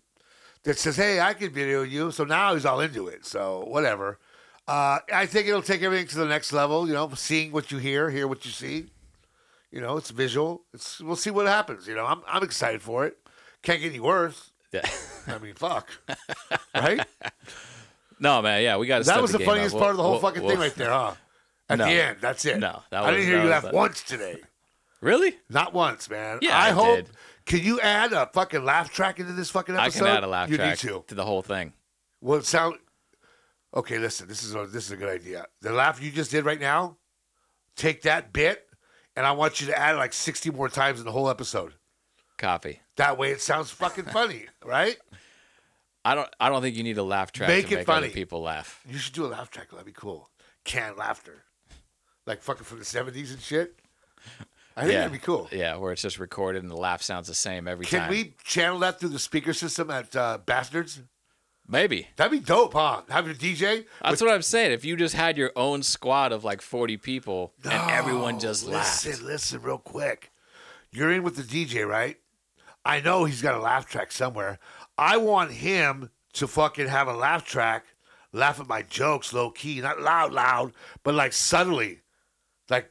Speaker 5: that says, hey, I can video you. So now he's all into it. So whatever. Uh, I think it'll take everything to the next level. You know, seeing what you hear, hear what you see. You know, it's visual. It's we'll see what happens. You know, I'm I'm excited for it. Can't get any worse.
Speaker 4: Yeah.
Speaker 5: I mean, fuck, right?
Speaker 4: No, man. Yeah, we got to.
Speaker 5: That was the funniest part of the whole fucking thing right there, huh? At
Speaker 4: No.
Speaker 5: the end, that's it.
Speaker 4: No, that
Speaker 5: I
Speaker 4: was-
Speaker 5: didn't hear
Speaker 4: that
Speaker 5: you
Speaker 4: was
Speaker 5: laugh
Speaker 4: the-
Speaker 5: once today.
Speaker 4: Really?
Speaker 5: Not once, man.
Speaker 4: Yeah,
Speaker 5: I,
Speaker 4: I
Speaker 5: hope.
Speaker 4: did.
Speaker 5: Can you add a fucking laugh track into this fucking
Speaker 4: I
Speaker 5: episode?
Speaker 4: can add a laugh
Speaker 5: you
Speaker 4: track
Speaker 5: need to.
Speaker 4: to the whole thing.
Speaker 5: Well, it sound. Okay, listen. This is a, this is a good idea. The laugh you just did right now. Take that bit, and I want you to add it like sixty more times in the whole episode.
Speaker 4: Copy.
Speaker 5: That way, it sounds fucking funny, right?
Speaker 4: I don't. I don't think you need a laugh track
Speaker 5: Make
Speaker 4: to
Speaker 5: it
Speaker 4: make
Speaker 5: funny.
Speaker 4: other people laugh.
Speaker 5: You should do a laugh track. That'd be cool. Canned laughter, like fucking from the seventies and shit. I think
Speaker 4: yeah,
Speaker 5: that'd be cool.
Speaker 4: Yeah, where it's just recorded and the laugh sounds the same every
Speaker 5: Can
Speaker 4: time.
Speaker 5: we channel that through the speaker system at uh, Bastards?
Speaker 4: Maybe.
Speaker 5: That'd be dope, huh? Have your DJ.
Speaker 4: That's what I'm saying. If you just had your own squad of like 40 people and everyone just laughed.
Speaker 5: listen, listen, real quick. You're in with the DJ, right? I know he's got a laugh track somewhere. I want him to fucking have a laugh track, laugh at my jokes, low key, not loud, loud, but like subtly, like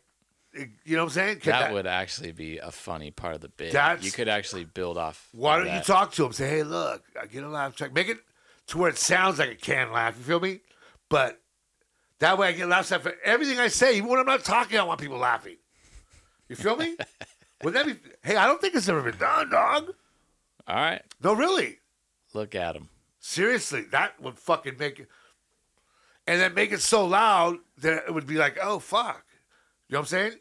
Speaker 5: you know what I'm saying? Can
Speaker 4: that, would actually be a funny part of the bit.
Speaker 5: That's-
Speaker 4: You could actually build off.
Speaker 5: Why
Speaker 4: of
Speaker 5: don't you
Speaker 4: that.
Speaker 5: talk to him? Say, hey, look, I get a laugh track. Make it to where it sounds like a canned laugh. You feel me? But that way I get laughs after everything I say. Even when I'm not talking, I want people laughing. You feel me? Wouldn't that be? Hey, I don't think it's ever been done, dog.
Speaker 4: All right.
Speaker 5: No, really.
Speaker 4: Look at him.
Speaker 5: Seriously, that would fucking make it. And then make it so loud that it would be like, oh, fuck. You know what I'm saying?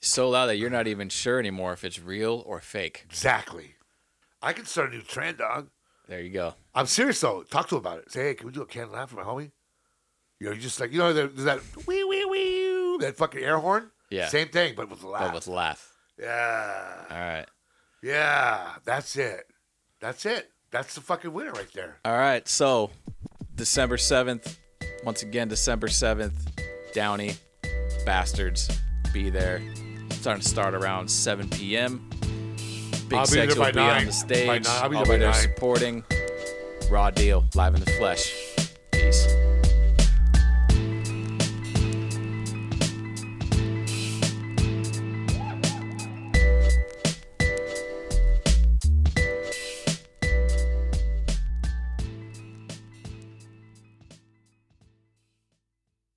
Speaker 4: So loud that you're not even sure anymore if it's real or fake.
Speaker 5: Exactly. I could start a new trend, dog.
Speaker 4: There you go.
Speaker 5: I'm serious though. Talk to him about it. Say, hey, can we do a canned laugh for my homie? You know, you just like you know there- there's that wee wee wee that fucking air horn.
Speaker 4: Yeah.
Speaker 5: Same thing, but with a laugh.
Speaker 4: But with laugh.
Speaker 5: yeah.
Speaker 4: All right.
Speaker 5: Yeah. That's it. That's it. That's the fucking winner right there.
Speaker 4: All right, so December 7th, once again, December 7th, Downey, bastards, be there. Starting to start around 7 p.m. Big
Speaker 5: I'll be there
Speaker 4: Sex will
Speaker 5: by
Speaker 4: be
Speaker 5: nine.
Speaker 4: on the stage.
Speaker 5: By nine- I'll be
Speaker 4: I'll
Speaker 5: there by
Speaker 4: be there
Speaker 5: nine.
Speaker 4: supporting. Raw deal, live in the flesh. Peace.